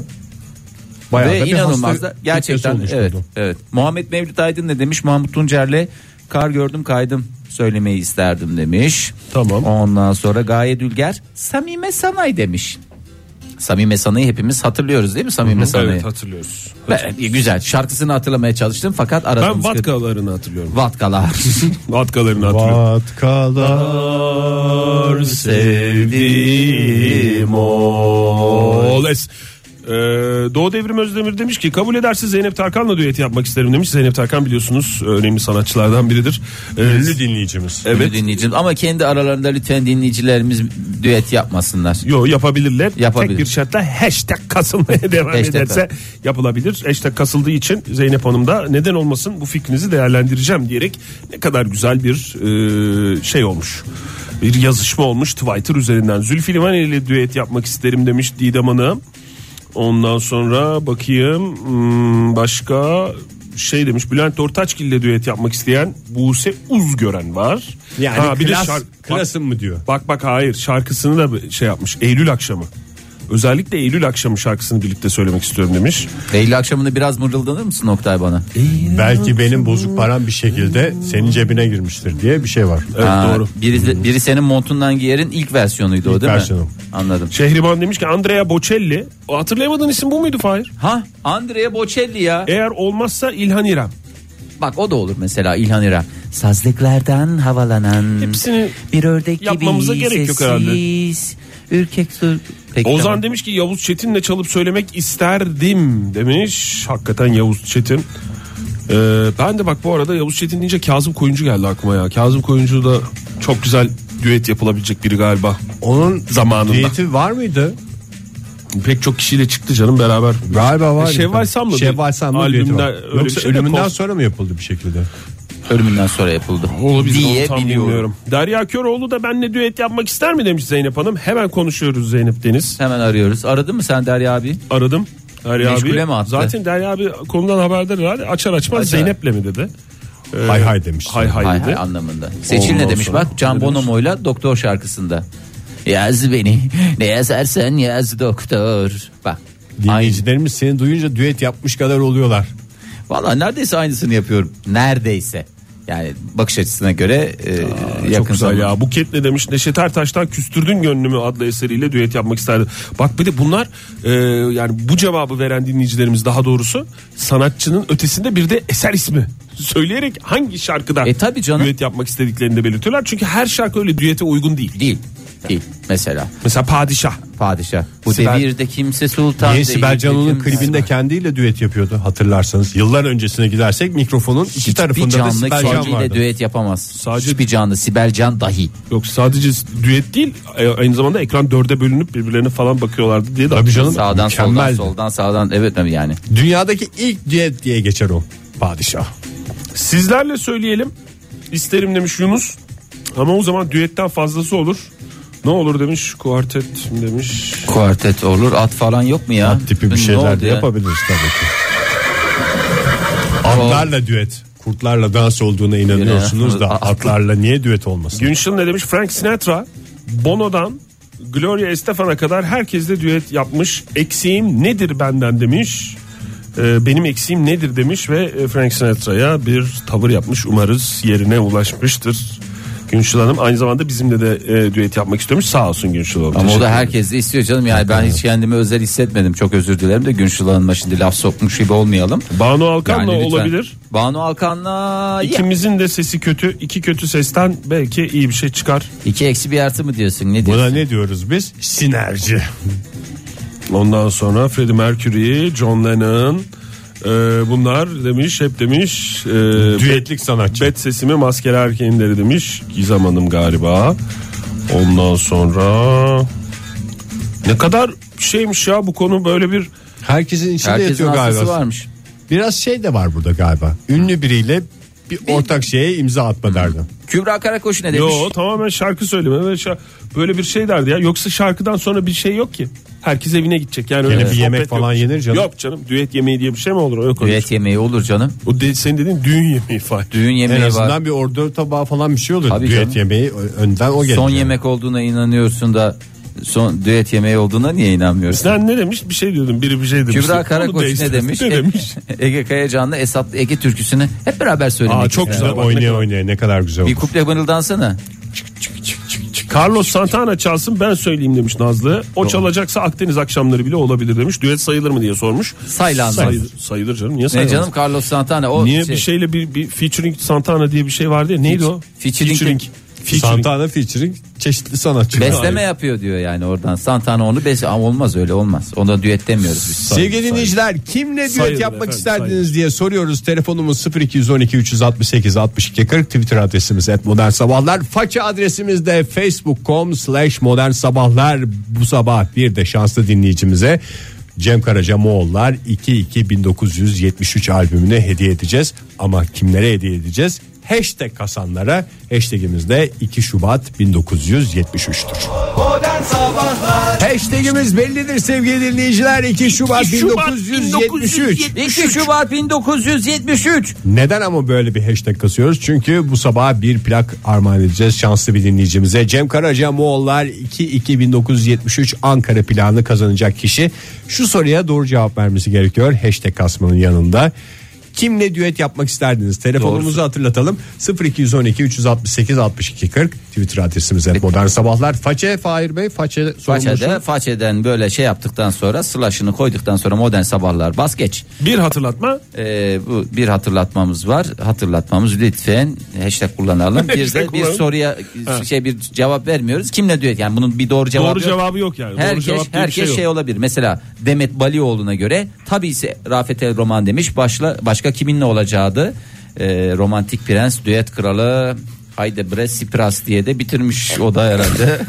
Bayağı Ve da bir inanılmaz hasta da kitlesi gerçekten oluşturdu. evet, evet. Muhammed Mevlüt Aydın ne demiş? Mahmut Tuncer'le kar gördüm kaydım söylemeyi isterdim demiş. Tamam. Ondan sonra Gaye Dülger Samime Sanay demiş. Samime Sanay'ı hepimiz hatırlıyoruz değil mi Samime Sanay'ı? Evet hatırlıyoruz. Ben- güzel şarkısını hatırlamaya çalıştım fakat Ben aradım. vatkalarını hatırlıyorum. Vatkalar Vatkalarını hatırlıyorum. Vatkalar sevdim Ol es- Ee, Doğu Devrim Özdemir demiş ki kabul ederse Zeynep Tarkan'la düet yapmak isterim demiş. Zeynep Tarkan biliyorsunuz e, önemli sanatçılardan biridir. Ee, Ünlü dinleyicimiz. Evet. dinleyicim ama kendi aralarında lütfen dinleyicilerimiz düet yapmasınlar. Yo yapabilirler. Yapabilir. Tek bir şartla hashtag kasılmaya devam Hashtag ederse yapılabilir. Hashtag kasıldığı için Zeynep Hanım da neden olmasın bu fikrinizi değerlendireceğim diyerek ne kadar güzel bir e, şey olmuş. Bir yazışma olmuş Twitter üzerinden. Zülfü Livaneli ile düet yapmak isterim demiş Didem Hanım. Ondan sonra bakayım hmm, başka şey demiş Bülent Ortaçgil ile düet yapmak isteyen Buse Uzgören var. Yani Ha, klas, şark- bak- klasın mı diyor. Bak bak hayır şarkısını da şey yapmış Eylül akşamı. Özellikle Eylül akşamı şarkısını birlikte söylemek istiyorum demiş. Eylül akşamını biraz mırıldanır mısın Oktay bana? Belki benim bozuk param bir şekilde senin cebine girmiştir diye bir şey var. Evet Aa, doğru. Biri, biri senin montundan giyerin ilk versiyonuydu o İlk değil mi? versiyonum. Anladım. Şehriban demiş ki Andrea Bocelli. O hatırlayamadığın isim bu muydu Fahir? Ha Andrea Bocelli ya. Eğer olmazsa İlhan İrem. Hmm. Bak o da olur mesela İlhan İrem. Sazlıklardan havalanan Hepsini bir ördek gibi yapmamıza gerek yok herhalde. sessiz, Ürkek sur. Peki, Ozan tamam. demiş ki Yavuz Çetin'le çalıp söylemek isterdim demiş. Hakikaten Yavuz Çetin. Ee, ben de bak bu arada Yavuz Çetin deyince Kazım Koyuncu geldi aklıma ya. Kazım Koyuncu da çok güzel düet yapılabilecek biri galiba. Onun Zamanında. diyeti var mıydı? Pek çok kişiyle çıktı canım beraber. Galiba var. E, Şevval Sam'la bir Şevval Sam'la albümden diyeti var. öyle bir Yoksa şey de ölümünden kos- sonra mı yapıldı bir şekilde? Ölümünden sonra yapıldı. Olabilir diye onu tam biliyorum. bilmiyorum. Derya Köroğlu da benle düet yapmak ister mi demiş Zeynep Hanım. Hemen konuşuyoruz Zeynep Deniz. Hemen arıyoruz. Aradın mı sen Derya abi? Aradım. Derya Meşgule abi. mi attı? Zaten Derya abi konudan haberdar herhalde. Açar açmaz Açar. Zeynep'le mi dedi. Ee, Hay hay demiş. Hay hay, Hay dedi. hay anlamında. Seçil Ondan ne demiş sonra bak Can ne demiş? Bonomo'yla Doktor şarkısında. Yaz beni ne yazarsan yaz doktor. Bak. Aynı. Dinleyicilerimiz seni duyunca düet yapmış kadar oluyorlar. Valla neredeyse aynısını yapıyorum. Neredeyse. Yani bakış açısına göre e, yakın Çok güzel zaman. ya. Buketle demiş Neşet Ertaş'tan Küstürdün Gönlümü adlı eseriyle düet yapmak isterdim. Bak bir de bunlar e, yani bu cevabı veren dinleyicilerimiz daha doğrusu sanatçının ötesinde bir de eser ismi söyleyerek hangi şarkıda E tabii canım. düet yapmak istediklerini de belirtiyorlar. Çünkü her şarkı öyle düete uygun değil. Değil. Değil. Mesela Mesela Padişah. padişah. Bu Sibel- devirde kimse sultan Niye değil. Sibel Canan'ın kimse- klibinde kendiyle düet yapıyordu hatırlarsanız. Yıllar öncesine gidersek mikrofonun iki Hiçbir tarafında da canlı Sibel Can kendiyle vardı. düet yapamaz. Sadece- Hiçbir canlı Sibel Can dahi. Yok sadece düet değil e, aynı zamanda ekran dörde bölünüp birbirlerine falan bakıyorlardı diye de Tabii canım Sağdan mükemmeldi. soldan soldan sağdan evet tabii yani. Dünyadaki ilk düet diye geçer o padişah. Sizlerle söyleyelim. İsterim demiş Yunus. Ama o zaman düetten fazlası olur. Ne olur demiş kuartet mi demiş. Kuartet olur at falan yok mu ya? At tipi Ne bir şeyler oldu de ya? yapabiliriz tabii ki. Atlarla düet. Kurtlarla dans olduğuna inanıyorsunuz da Atla- atlarla niye düet olmasın? Günşil ne demiş? Frank Sinatra Bono'dan Gloria Estefan'a kadar herkesle düet yapmış. Eksiğim nedir benden demiş. Ee, Benim eksiğim nedir demiş ve e, Frank Sinatra'ya bir tavır yapmış. Umarız yerine ulaşmıştır. Günşil Hanım aynı zamanda bizimle de e, düet yapmak istiyormuş. Sağ olsun Günşil Hanım. Ama o Teşekkür şey- da ederim. herkes de istiyor canım yani ben hiç kendimi özel hissetmedim çok özür dilerim de Günşil Hanım'a şimdi laf sokmuş gibi olmayalım. Banu Alkan'la Yani lütfen. olabilir. Banu Alkan'la ya. İkimizin de sesi kötü. İki kötü sesten belki iyi bir şey çıkar. iki eksi bir artı mı diyorsun Buna ne diyorsun? ne diyoruz biz? Sinerji. Ondan sonra Freddie Mercury, John Lennon e, bunlar demiş hep demiş. e, Düetlik sanatçı. Bet sesimi maskeli erkeğinleri demiş. Gizem Hanım galiba. Ondan sonra ne kadar şeymiş ya bu konu böyle bir Herkesin içinde Herkesin yatıyor hastası galiba. varmış. Biraz şey de var burada galiba. Ünlü biriyle bir ortak şeye imza atma derdi. Kübra Karakoç ne demiş? yo tamamen şarkı söyleme ve şa- böyle bir şey derdi ya. Yoksa şarkıdan sonra bir şey yok ki. Herkes evine gidecek. Yani öyle bir sohbet yemek yok. falan yenir canım. Yok canım düet yemeği diye bir şey mi olur? Yok öyle Düet yemeği olur canım. O de, senin dediğin düğün yemeği falan. Düğün En yemeği azından var. bir ordu tabağı falan bir şey olur. Tabii Düet canım. yemeği ö- önden o gelir. Son yani. yemek olduğuna inanıyorsun da son düet yemeği olduğuna niye inanmıyorsun? Sen ne demiş? Bir şey diyordun. Biri bir şey demiş. Kübra Onu Karakoç ne değiştir. demiş? E, Ne demiş? Ege Kayacan'la Esatlı Ege türküsünü hep beraber söylemek. Aa, çok istiyorum. güzel. Oynaya oynaya, oynaya ne kadar güzel olur. Bir kuple mırıldansana. Carlos Santana çalsın ben söyleyeyim demiş Nazlı. O çalacaksa Akdeniz akşamları bile olabilir demiş. Düet sayılır mı diye sormuş. Saylanmaz. Sayılır, sayılır canım. Niye Ne sayılmaz? canım Carlos Santana o Niye şey- bir şeyle bir, bir featuring Santana diye bir şey vardı ya. Neydi o? Featuring. Featuring. Santana featuring çeşitli sanatçı. Besleme yapıyor diyor yani oradan. Santana onu bes Ama olmaz öyle olmaz. Onda düet demiyoruz biz. Sevgili dinleyiciler kimle düet Sayılır yapmak efendim, isterdiniz sayılır. diye soruyoruz. Telefonumuz 0212 368 62 40 Twitter adresimiz et modern sabahlar. Faça adresimiz de facebook.com slash modern sabahlar. Bu sabah bir de şanslı dinleyicimize Cem Karaca Moğollar 22 1973 albümünü hediye edeceğiz. ama kimlere hediye edeceğiz? Hashtag kasanlara hashtagimiz de 2 Şubat 1973'tür. Hashtagimiz bellidir sevgili dinleyiciler 2 Şubat, 1973. 2 Şubat 1973. Neden ama böyle bir hashtag kasıyoruz? Çünkü bu sabah bir plak armağan edeceğiz şanslı bir dinleyicimize. Cem Karaca Moğollar 2-2-1973 Ankara planı kazanacak kişi. Şu soruya doğru cevap vermesi gerekiyor hashtag kasmanın yanında. Kimle düet yapmak isterdiniz? Telefonumuzu hatırlatalım. 0212 368 62 40 Twitter adresimiz et modern sabahlar. Façe Fahir Bey Façe Façede, sorumlusu. façeden böyle şey yaptıktan sonra slash'ını koyduktan sonra modern sabahlar bas geç. Bir hatırlatma Ee, bu bir hatırlatmamız var. Hatırlatmamız lütfen hashtag kullanalım. Bir Hashtag de bir kullanalım. soruya şey bir cevap vermiyoruz. Kimle düet? Yani bunun bir doğru cevabı doğru yok. cevabı yok yani. Herkes, doğru cevap diye bir herkes şey, şey yok. olabilir. Mesela Demet Balioğlu'na göre tabii ise Rafet El Roman demiş. Başla, başka kiminle olacağıydı. Ee, romantik Prens, Düet Kralı Haydebre Sipras diye de bitirmiş o da herhalde.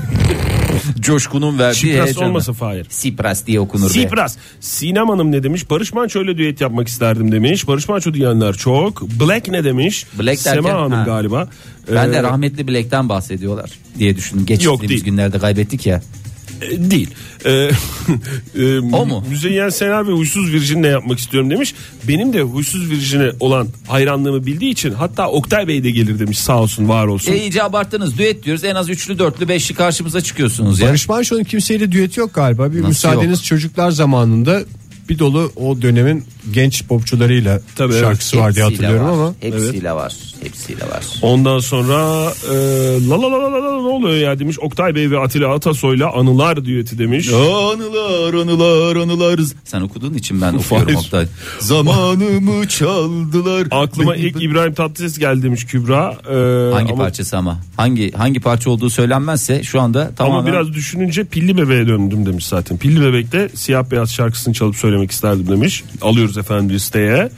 Coşkun'un verdiği Sipras heyecanla. olmasa Fahir. Sipras diye okunur be. Sipras. Sinem Hanım ne demiş? Barış Manço ile düet yapmak isterdim demiş. Barış Manço diyenler çok. Black ne demiş? Black derken- Sema Hanım ha. galiba. Ben Ee, de rahmetli Black'ten bahsediyorlar diye düşündüm. Geçtiğimiz değil. günlerde kaybettik ya. E, Değil. E, e, O mu? Müzeyyen Senar ve Huysuz Virjin'le yapmak istiyorum demiş. Benim de Huysuz Virjin'e olan hayranlığımı bildiği için hatta Oktay Bey de gelir demiş sağ olsun var olsun. E, iyice abarttınız. Düet diyoruz. En az üçlü, dörtlü, beşli karşımıza çıkıyorsunuz ya. Barış Manço'nun kimseyle düeti yok galiba. Bir Nasıl müsaadeniz çocuklar zamanında bir dolu o dönemin genç popçularıyla Tabii, evet. şarkısı var diye Hepsiyle hatırlıyorum var. ama. Hepsiyle var. Hepsiyle var. Ondan sonra e, la la la la la la ne oluyor ya demiş Oktay Bey ve Atilla Atasoy'la anılar düeti demiş. Anılar anılar anılar. Sen okuduğun için ben okuyorum Faiz. Oktay. Zamanımı çaldılar. Aklıma ilk İbrahim Tatlıses geldi demiş Kübra. E, hangi ama, parçası ama? Hangi hangi parça olduğu söylenmezse şu anda tamamen Ama biraz düşününce Pilli Bebe'ye döndüm demiş zaten. Pilli Bebek'te Siyah Beyaz şarkısını çalıp söylemek isterdim demiş. Alıyoruz efendim listeye.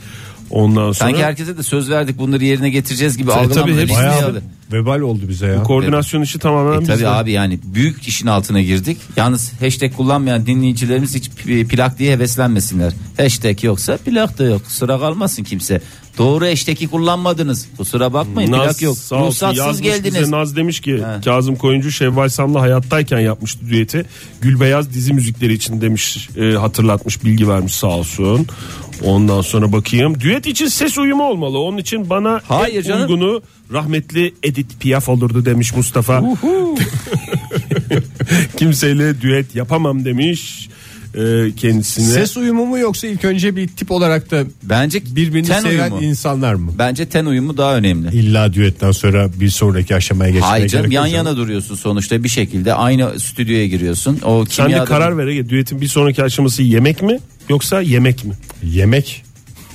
Ondan sonra... sanki herkese de söz verdik bunları yerine getireceğiz gibi tabii, algılanmadı. hepsi- Biz niye Bayağı aldı? vebal oldu bize ya. Koordinasyon işi tamamen E tabii bizde. abi yani büyük işin altına girdik. Yalnız hashtag kullanmayan dinleyicilerimiz hiç pi- plak diye heveslenmesinler. Hashtag yoksa plak da yok. Kusura kalmasın kimse. Doğru hashtag'i kullanmadınız. Kusura bakmayın plak yok. sağ olsun Ruhsatsız yazmış geldiniz. bize. Naz demiş ki He. Kazım Koyuncu Şevval Sam'la hayattayken yapmıştı düeti. Gülbeyaz dizi müzikleri için demiş e, hatırlatmış bilgi vermiş sağ olsun. Ondan sonra bakayım. Düet için ses uyumu olmalı. Onun için bana Hayır en canım. uygunu rahmetli Edith Piaf olurdu demiş Mustafa. Kimseyle düet yapamam demiş e, kendisine. Ses uyumu mu yoksa ilk önce bir tip olarak da Bence birbirini ten seven uyumu. insanlar mı? Bence ten uyumu daha önemli. İlla düetten sonra bir sonraki aşamaya geçmeye Hayır canım gerek yan yok. yana duruyorsun sonuçta bir şekilde aynı stüdyoya giriyorsun. O Sen kimya de karar ver. Düetin bir sonraki aşaması yemek mi yoksa yemek mi? Yemek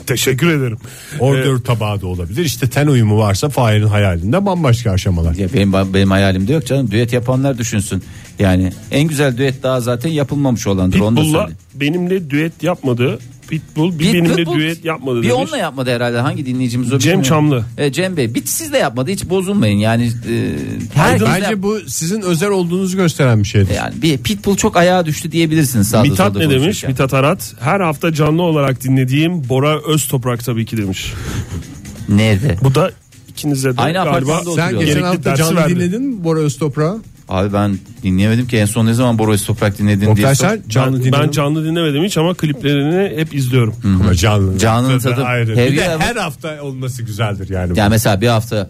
Teşekkür ederim. Ee, ordör tabağı da olabilir. İşte ten uyumu varsa Fahir'in hayalinde bambaşka aşamalar. Ya benim benim hayalimde yok canım. Düet yapanlar düşünsün. Yani en güzel düet daha zaten yapılmamış olandır. Onu da Pitbull'la söyleyeyim. benimle düet yapmadı. Pitbull bir benimle Pitbull düet yapmadı Bir demiş. onunla yapmadı herhalde. Hangi dinleyicimiz o? Cem bilmiyorum. Çamlı. E, Cem Bey. Bir siz de yapmadı. Hiç bozulmayın. Yani e, herkes de- Bence bu sizin özel olduğunuzu gösteren bir şeydir. yani bir Pitbull çok ayağa düştü diyebilirsiniz sağda Mithat solda ne demiş? konuşurken. Mithat Arat. Her hafta canlı olarak dinlediğim Bora Öztoprak tabii ki demiş. Nerede? Bu da ikinize de Aynı galiba apartmanda Sen oturuyorlar. geçen Gerekli hafta dersi canlı verdi. dinledin mi Bora Öztoprak'ı? Abi ben dinleyemedim ki en son ne zaman Boris Toprak dinledin diye. Oktay sor- sen canlı canlı dinledin ben, mi? canlı dinlemedim hiç ama kliplerini hep izliyorum. Ama canlı. Canlının Tabii, tadı- ayrı. Her Bir de yer- her hafta olması güzeldir yani. Ya mesela bir hafta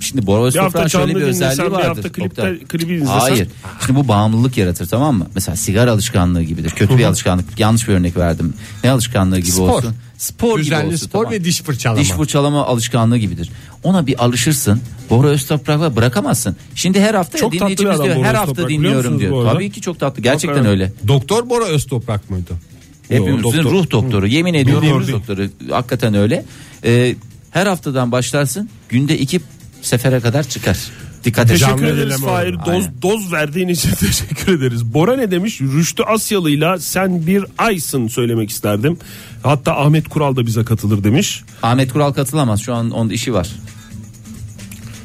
şimdi Boris Bir hafta Toprak'ın şöyle canlı bir dinlesen, özelliği bir vardır. hafta klipte- Oktay. klibi izlesen. Hayır. Şimdi bu bağımlılık yaratır tamam mı? Mesela sigara alışkanlığı gibidir. Kötü bir alışkanlık. Yanlış bir örnek verdim. Ne alışkanlığı gibi Spor. olsun? Spor gibi Düzenli olsun. spor ve diş fırçalama. Diş fırçalama alışkanlığı gibidir. Ona bir alışırsın. Bora Öztoprak'la bırakamazsın. Şimdi her hafta Çok tatlı dinleyicimiz bir adam diyor. Bora Her hafta Öztoprak, biliyor dinliyorum musunuz bu diyor. arada? Tabii ki çok tatlı. Gerçekten evet. öyle. Doktor Bora Öztoprak mıydı? Hepimizin doktor. ruh doktoru. Yemin ediyorum Bildiğimiz ruh doktoru. Hakikaten öyle. Ee, her haftadan başlarsın. Günde iki sefere kadar çıkar. Dikkat et. Teşekkür Canlı ederiz dinleme Fahir. oldu. Doz, Aynen. doz verdiğin için teşekkür ederiz. Bora ne demiş? Rüştü Asyalı'yla sen bir aysın söylemek isterdim. Hatta Ahmet Kural da bize katılır demiş. Ahmet Kural katılamaz. Şu an onun işi var.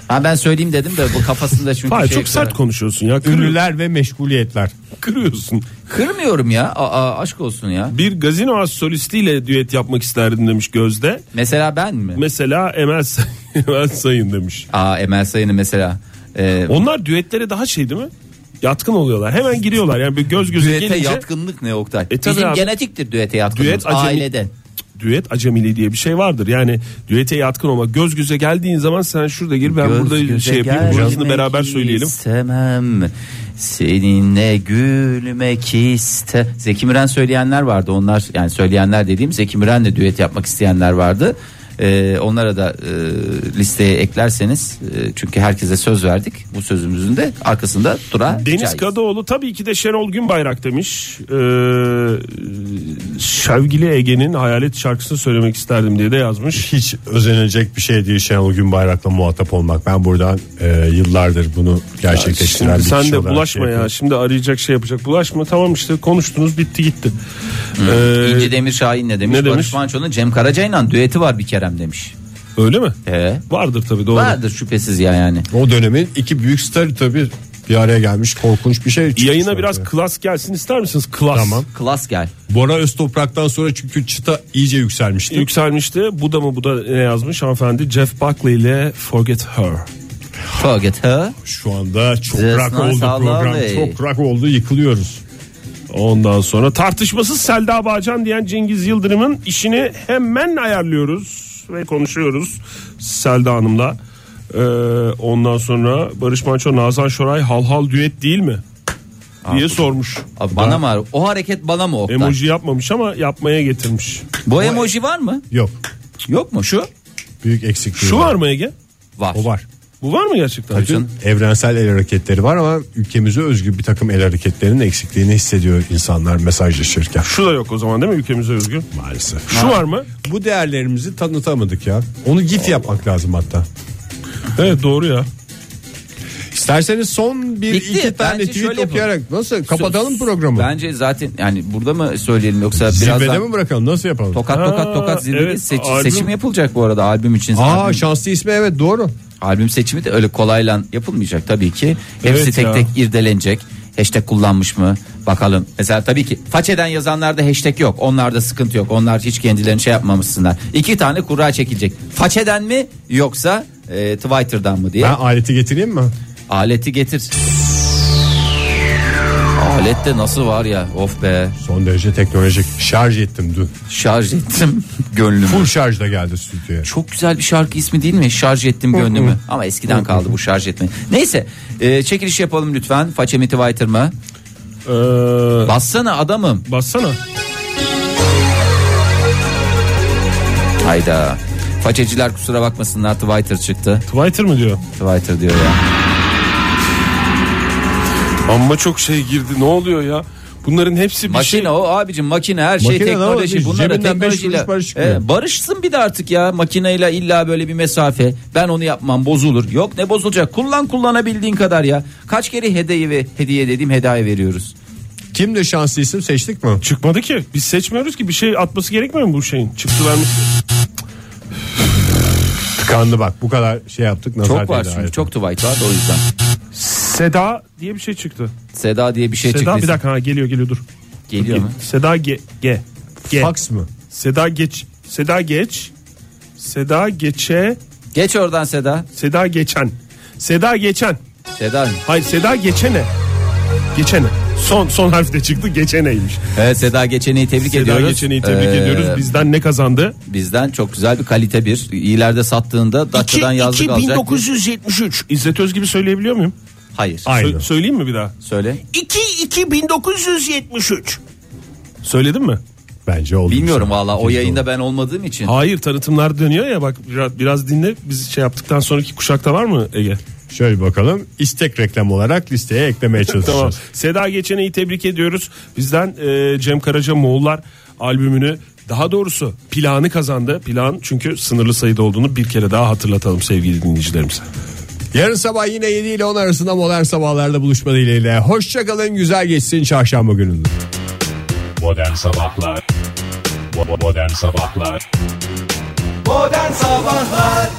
Ha ben söyleyeyim dedim de bu kafasında çünkü Hayır şey çok sert konuşuyorsun ya. Kırıyor- Ünlüler ve meşguliyetler. kırıyorsun. Kırmıyorum ya. Aa, aşk olsun ya. Bir gazino as solistiyle düet yapmak isterdim demiş Gözde. Mesela ben mi? Mesela Emel, Say- Emel Sayın demiş. Aa Emel Sayın'ı mesela. Ee, Onlar düetlere daha şey değil mi? Yatkın oluyorlar. Hemen giriyorlar. Yani bir göz göze düete gelince yatkınlık ne Oktay? E, tabii Bizim abi. genetiktir düete yatkınlık. Düet acemi- Aileden. düet acemiliği diye bir şey vardır. Yani düete yatkın olmak. Göz göze geldiğin zaman sen şurada gir ben Göz burada göze şey yapayım. Burasını gelmek beraber söyleyelim. Istemem. Seninle gülmek iste. Zeki Müren söyleyenler vardı. Onlar yani söyleyenler dediğim Zeki Müren'le düet yapmak isteyenler vardı. Ee, onlara da e, listeye eklerseniz e, çünkü herkese söz verdik bu sözümüzün de arkasında dura Deniz Kadıoğlu tabii ki de Şenol Günbayrak demiş. Ee, Şevgili Ege'nin hayalet şarkısını söylemek isterdim diye de yazmış. Hiç özenecek bir şey değil Şenol Günbayrak'la muhatap olmak. Ben buradan e, yıllardır bunu gerçekleştiren Şimdi bir sen kişi de olarak bulaşma şey ya. yapıyorum. Şimdi arayacak şey yapacak. Bulaşma tamam işte konuştunuz bitti gitti. Ee, İnci Demir Şahin ne demiş? ne demiş? Barış Manço'nun Cem Karaca'yla düeti var bir kerem demiş. öyle mi? Ee, Vardır tabii doğru. vardır şüphesiz ya yani. O dönemin iki büyük starı tabii bir araya gelmiş korkunç bir şey. çıkmış Yayına ortaya. biraz klas gelsin ister misiniz? Klas. Tamam. Klas gel. Bora Öztoprak'tan sonra çünkü çıta iyice yükselmişti. Yükselmişti. Bu da mı bu da ne yazmış hanımefendi? Jeff Buckley ile Forget Her. Forget her. Şu anda çok Zesna rak oldu program. Sallari. Çok rak oldu yıkılıyoruz. Ondan sonra tartışmasız Selda Bağcan diyen Cengiz Yıldırım'ın işini hemen ayarlıyoruz ve konuşuyoruz Selda Hanım'la. Ee, ondan sonra Barış Manço Nazan Şoray hal hal düet değil mi? diye sormuş. Abi bana mı? var? O hareket bana mı Oktay? Emoji yapmamış ama yapmaya getirmiş. Bu emoji var mı? Yok. Yok mu? Şu? Büyük eksikliği Şu var mı Ege? Var. O var. Bu var mı gerçekten? Tabii canım. Evrensel el hareketleri var ama ülkemize özgü bir takım el hareketlerinin eksikliğini hissediyor insanlar mesajlaşırken Şu da yok o zaman değil mi ülkemize özgü? maalesef. Şu var mı? Bu değerlerimizi tanıtamadık ya. Onu git yapmak lazım hatta. Evet doğru ya. İsterseniz son bir Bitti. iki tane Bence şöyle tweet yapalım. okuyarak nasıl kapatalım programı? Bence zaten yani burada mı söyleyelim yoksa Zirvede birazdan mi bırakalım nasıl yapalım? tokat tokat Aa, tokat zirvede evet, seç- albüm- seçim yapılacak bu arada albüm için. Aa albüm, şanslı ismi evet doğru. albüm seçimi de öyle kolayla yapılmayacak tabii ki. Hepsi Evet tek ya. tek irdelenecek. Hashtag kullanmış mı bakalım. Mesela tabii ki façeden yazanlarda hashtag yok. Onlarda sıkıntı yok. Onlar hiç kendilerini şey yapmamışsınlar. İki tane kura çekilecek. Façeden mi yoksa e, Twitter'dan mı diye. Ben aleti getireyim mi? Aleti getir. Alet de nasıl var ya of be Son derece teknolojik. Şarj ettim dün. şarj ettim gönlümü. Full şarjda geldi stüdyoya. Çok güzel bir şarkı ismi değil mi? Şarj ettim gönlümü. Ama eskiden kaldı bu şarj etme. Neyse e, çekiliş yapalım lütfen. Façemi Twitter mı? Ee, Bassana adamım. bassana. Hayda. Façeciler kusura bakmasınlar Twitter çıktı. Twitter mı diyor? Twitter diyor ya. Amma çok şey girdi ne oluyor ya? Bunların hepsi bir şey. Makine o abicim makine her şey Makine ne teknoloji. olacak? Bunlar da Cebinden beş teknolojiyle. kuruş para çıkmıyor. E, barışsın bir de artık ya makineyle illa böyle bir mesafe. Ben onu yapmam bozulur. Yok ne bozulacak? Kullan kullanabildiğin kadar ya. Kaç kere hediye ve hediye dediğim hediye veriyoruz. Kim de şanslı isim seçtik mi? Çıkmadı ki. Biz seçmiyoruz ki bir şey atması gerekmiyor mu bu şeyin? Çıktı vermiş. Tıkandı bak bu kadar şey yaptık. Nazar Çok var değdi çünkü alete. çok Twitter var da o yüzden. Seda diye bir şey çıktı. Seda diye bir şey Seda çıktı. bir dakika ha, geliyor geliyor dur. Geliyor mu? Seda ge, ge, ge. Fax mı? Seda geç. Seda geç. Seda geçe. Geç oradan Seda. Seda geçen. Seda geçen. Seda. Hayır Seda geçene. Geçene. Son son harf de çıktı geçeneymiş. Evet Seda Geçen'i tebrik Seda ediyoruz. geçeneyi tebrik Ee, ediyoruz. Bizden ne kazandı? Bizden çok güzel bir kalite bir. İleride sattığında Datça'dan yazlık alacak. 1973. İzzet Öz gibi söyleyebiliyor muyum? Hayır. Sö- Aynı. söyleyeyim mi bir daha? Söyle. 2 1973. Söyledim mi? Bence oldu. Bilmiyorum Sen. valla o Kesin yayında oldu. ben olmadığım için. Hayır tanıtımlar dönüyor ya bak biraz, biraz dinle biz şey yaptıktan sonraki kuşakta var mı Ege? Şöyle bir bakalım. İstek reklam olarak listeye eklemeye çalışacağız. Tamam. Seda Geçene'yi tebrik ediyoruz. Bizden e, Cem Karaca Moğollar albümünü daha doğrusu planı kazandı. Plan çünkü sınırlı sayıda olduğunu bir kere daha hatırlatalım sevgili dinleyicilerimize. Yarın sabah yine 7 ile 10 arasında modern sabahlarda buluşma dileğiyle. Hoşçakalın güzel geçsin çarşamba gününde. Modern Sabahlar Bo- Modern Sabahlar Modern Sabahlar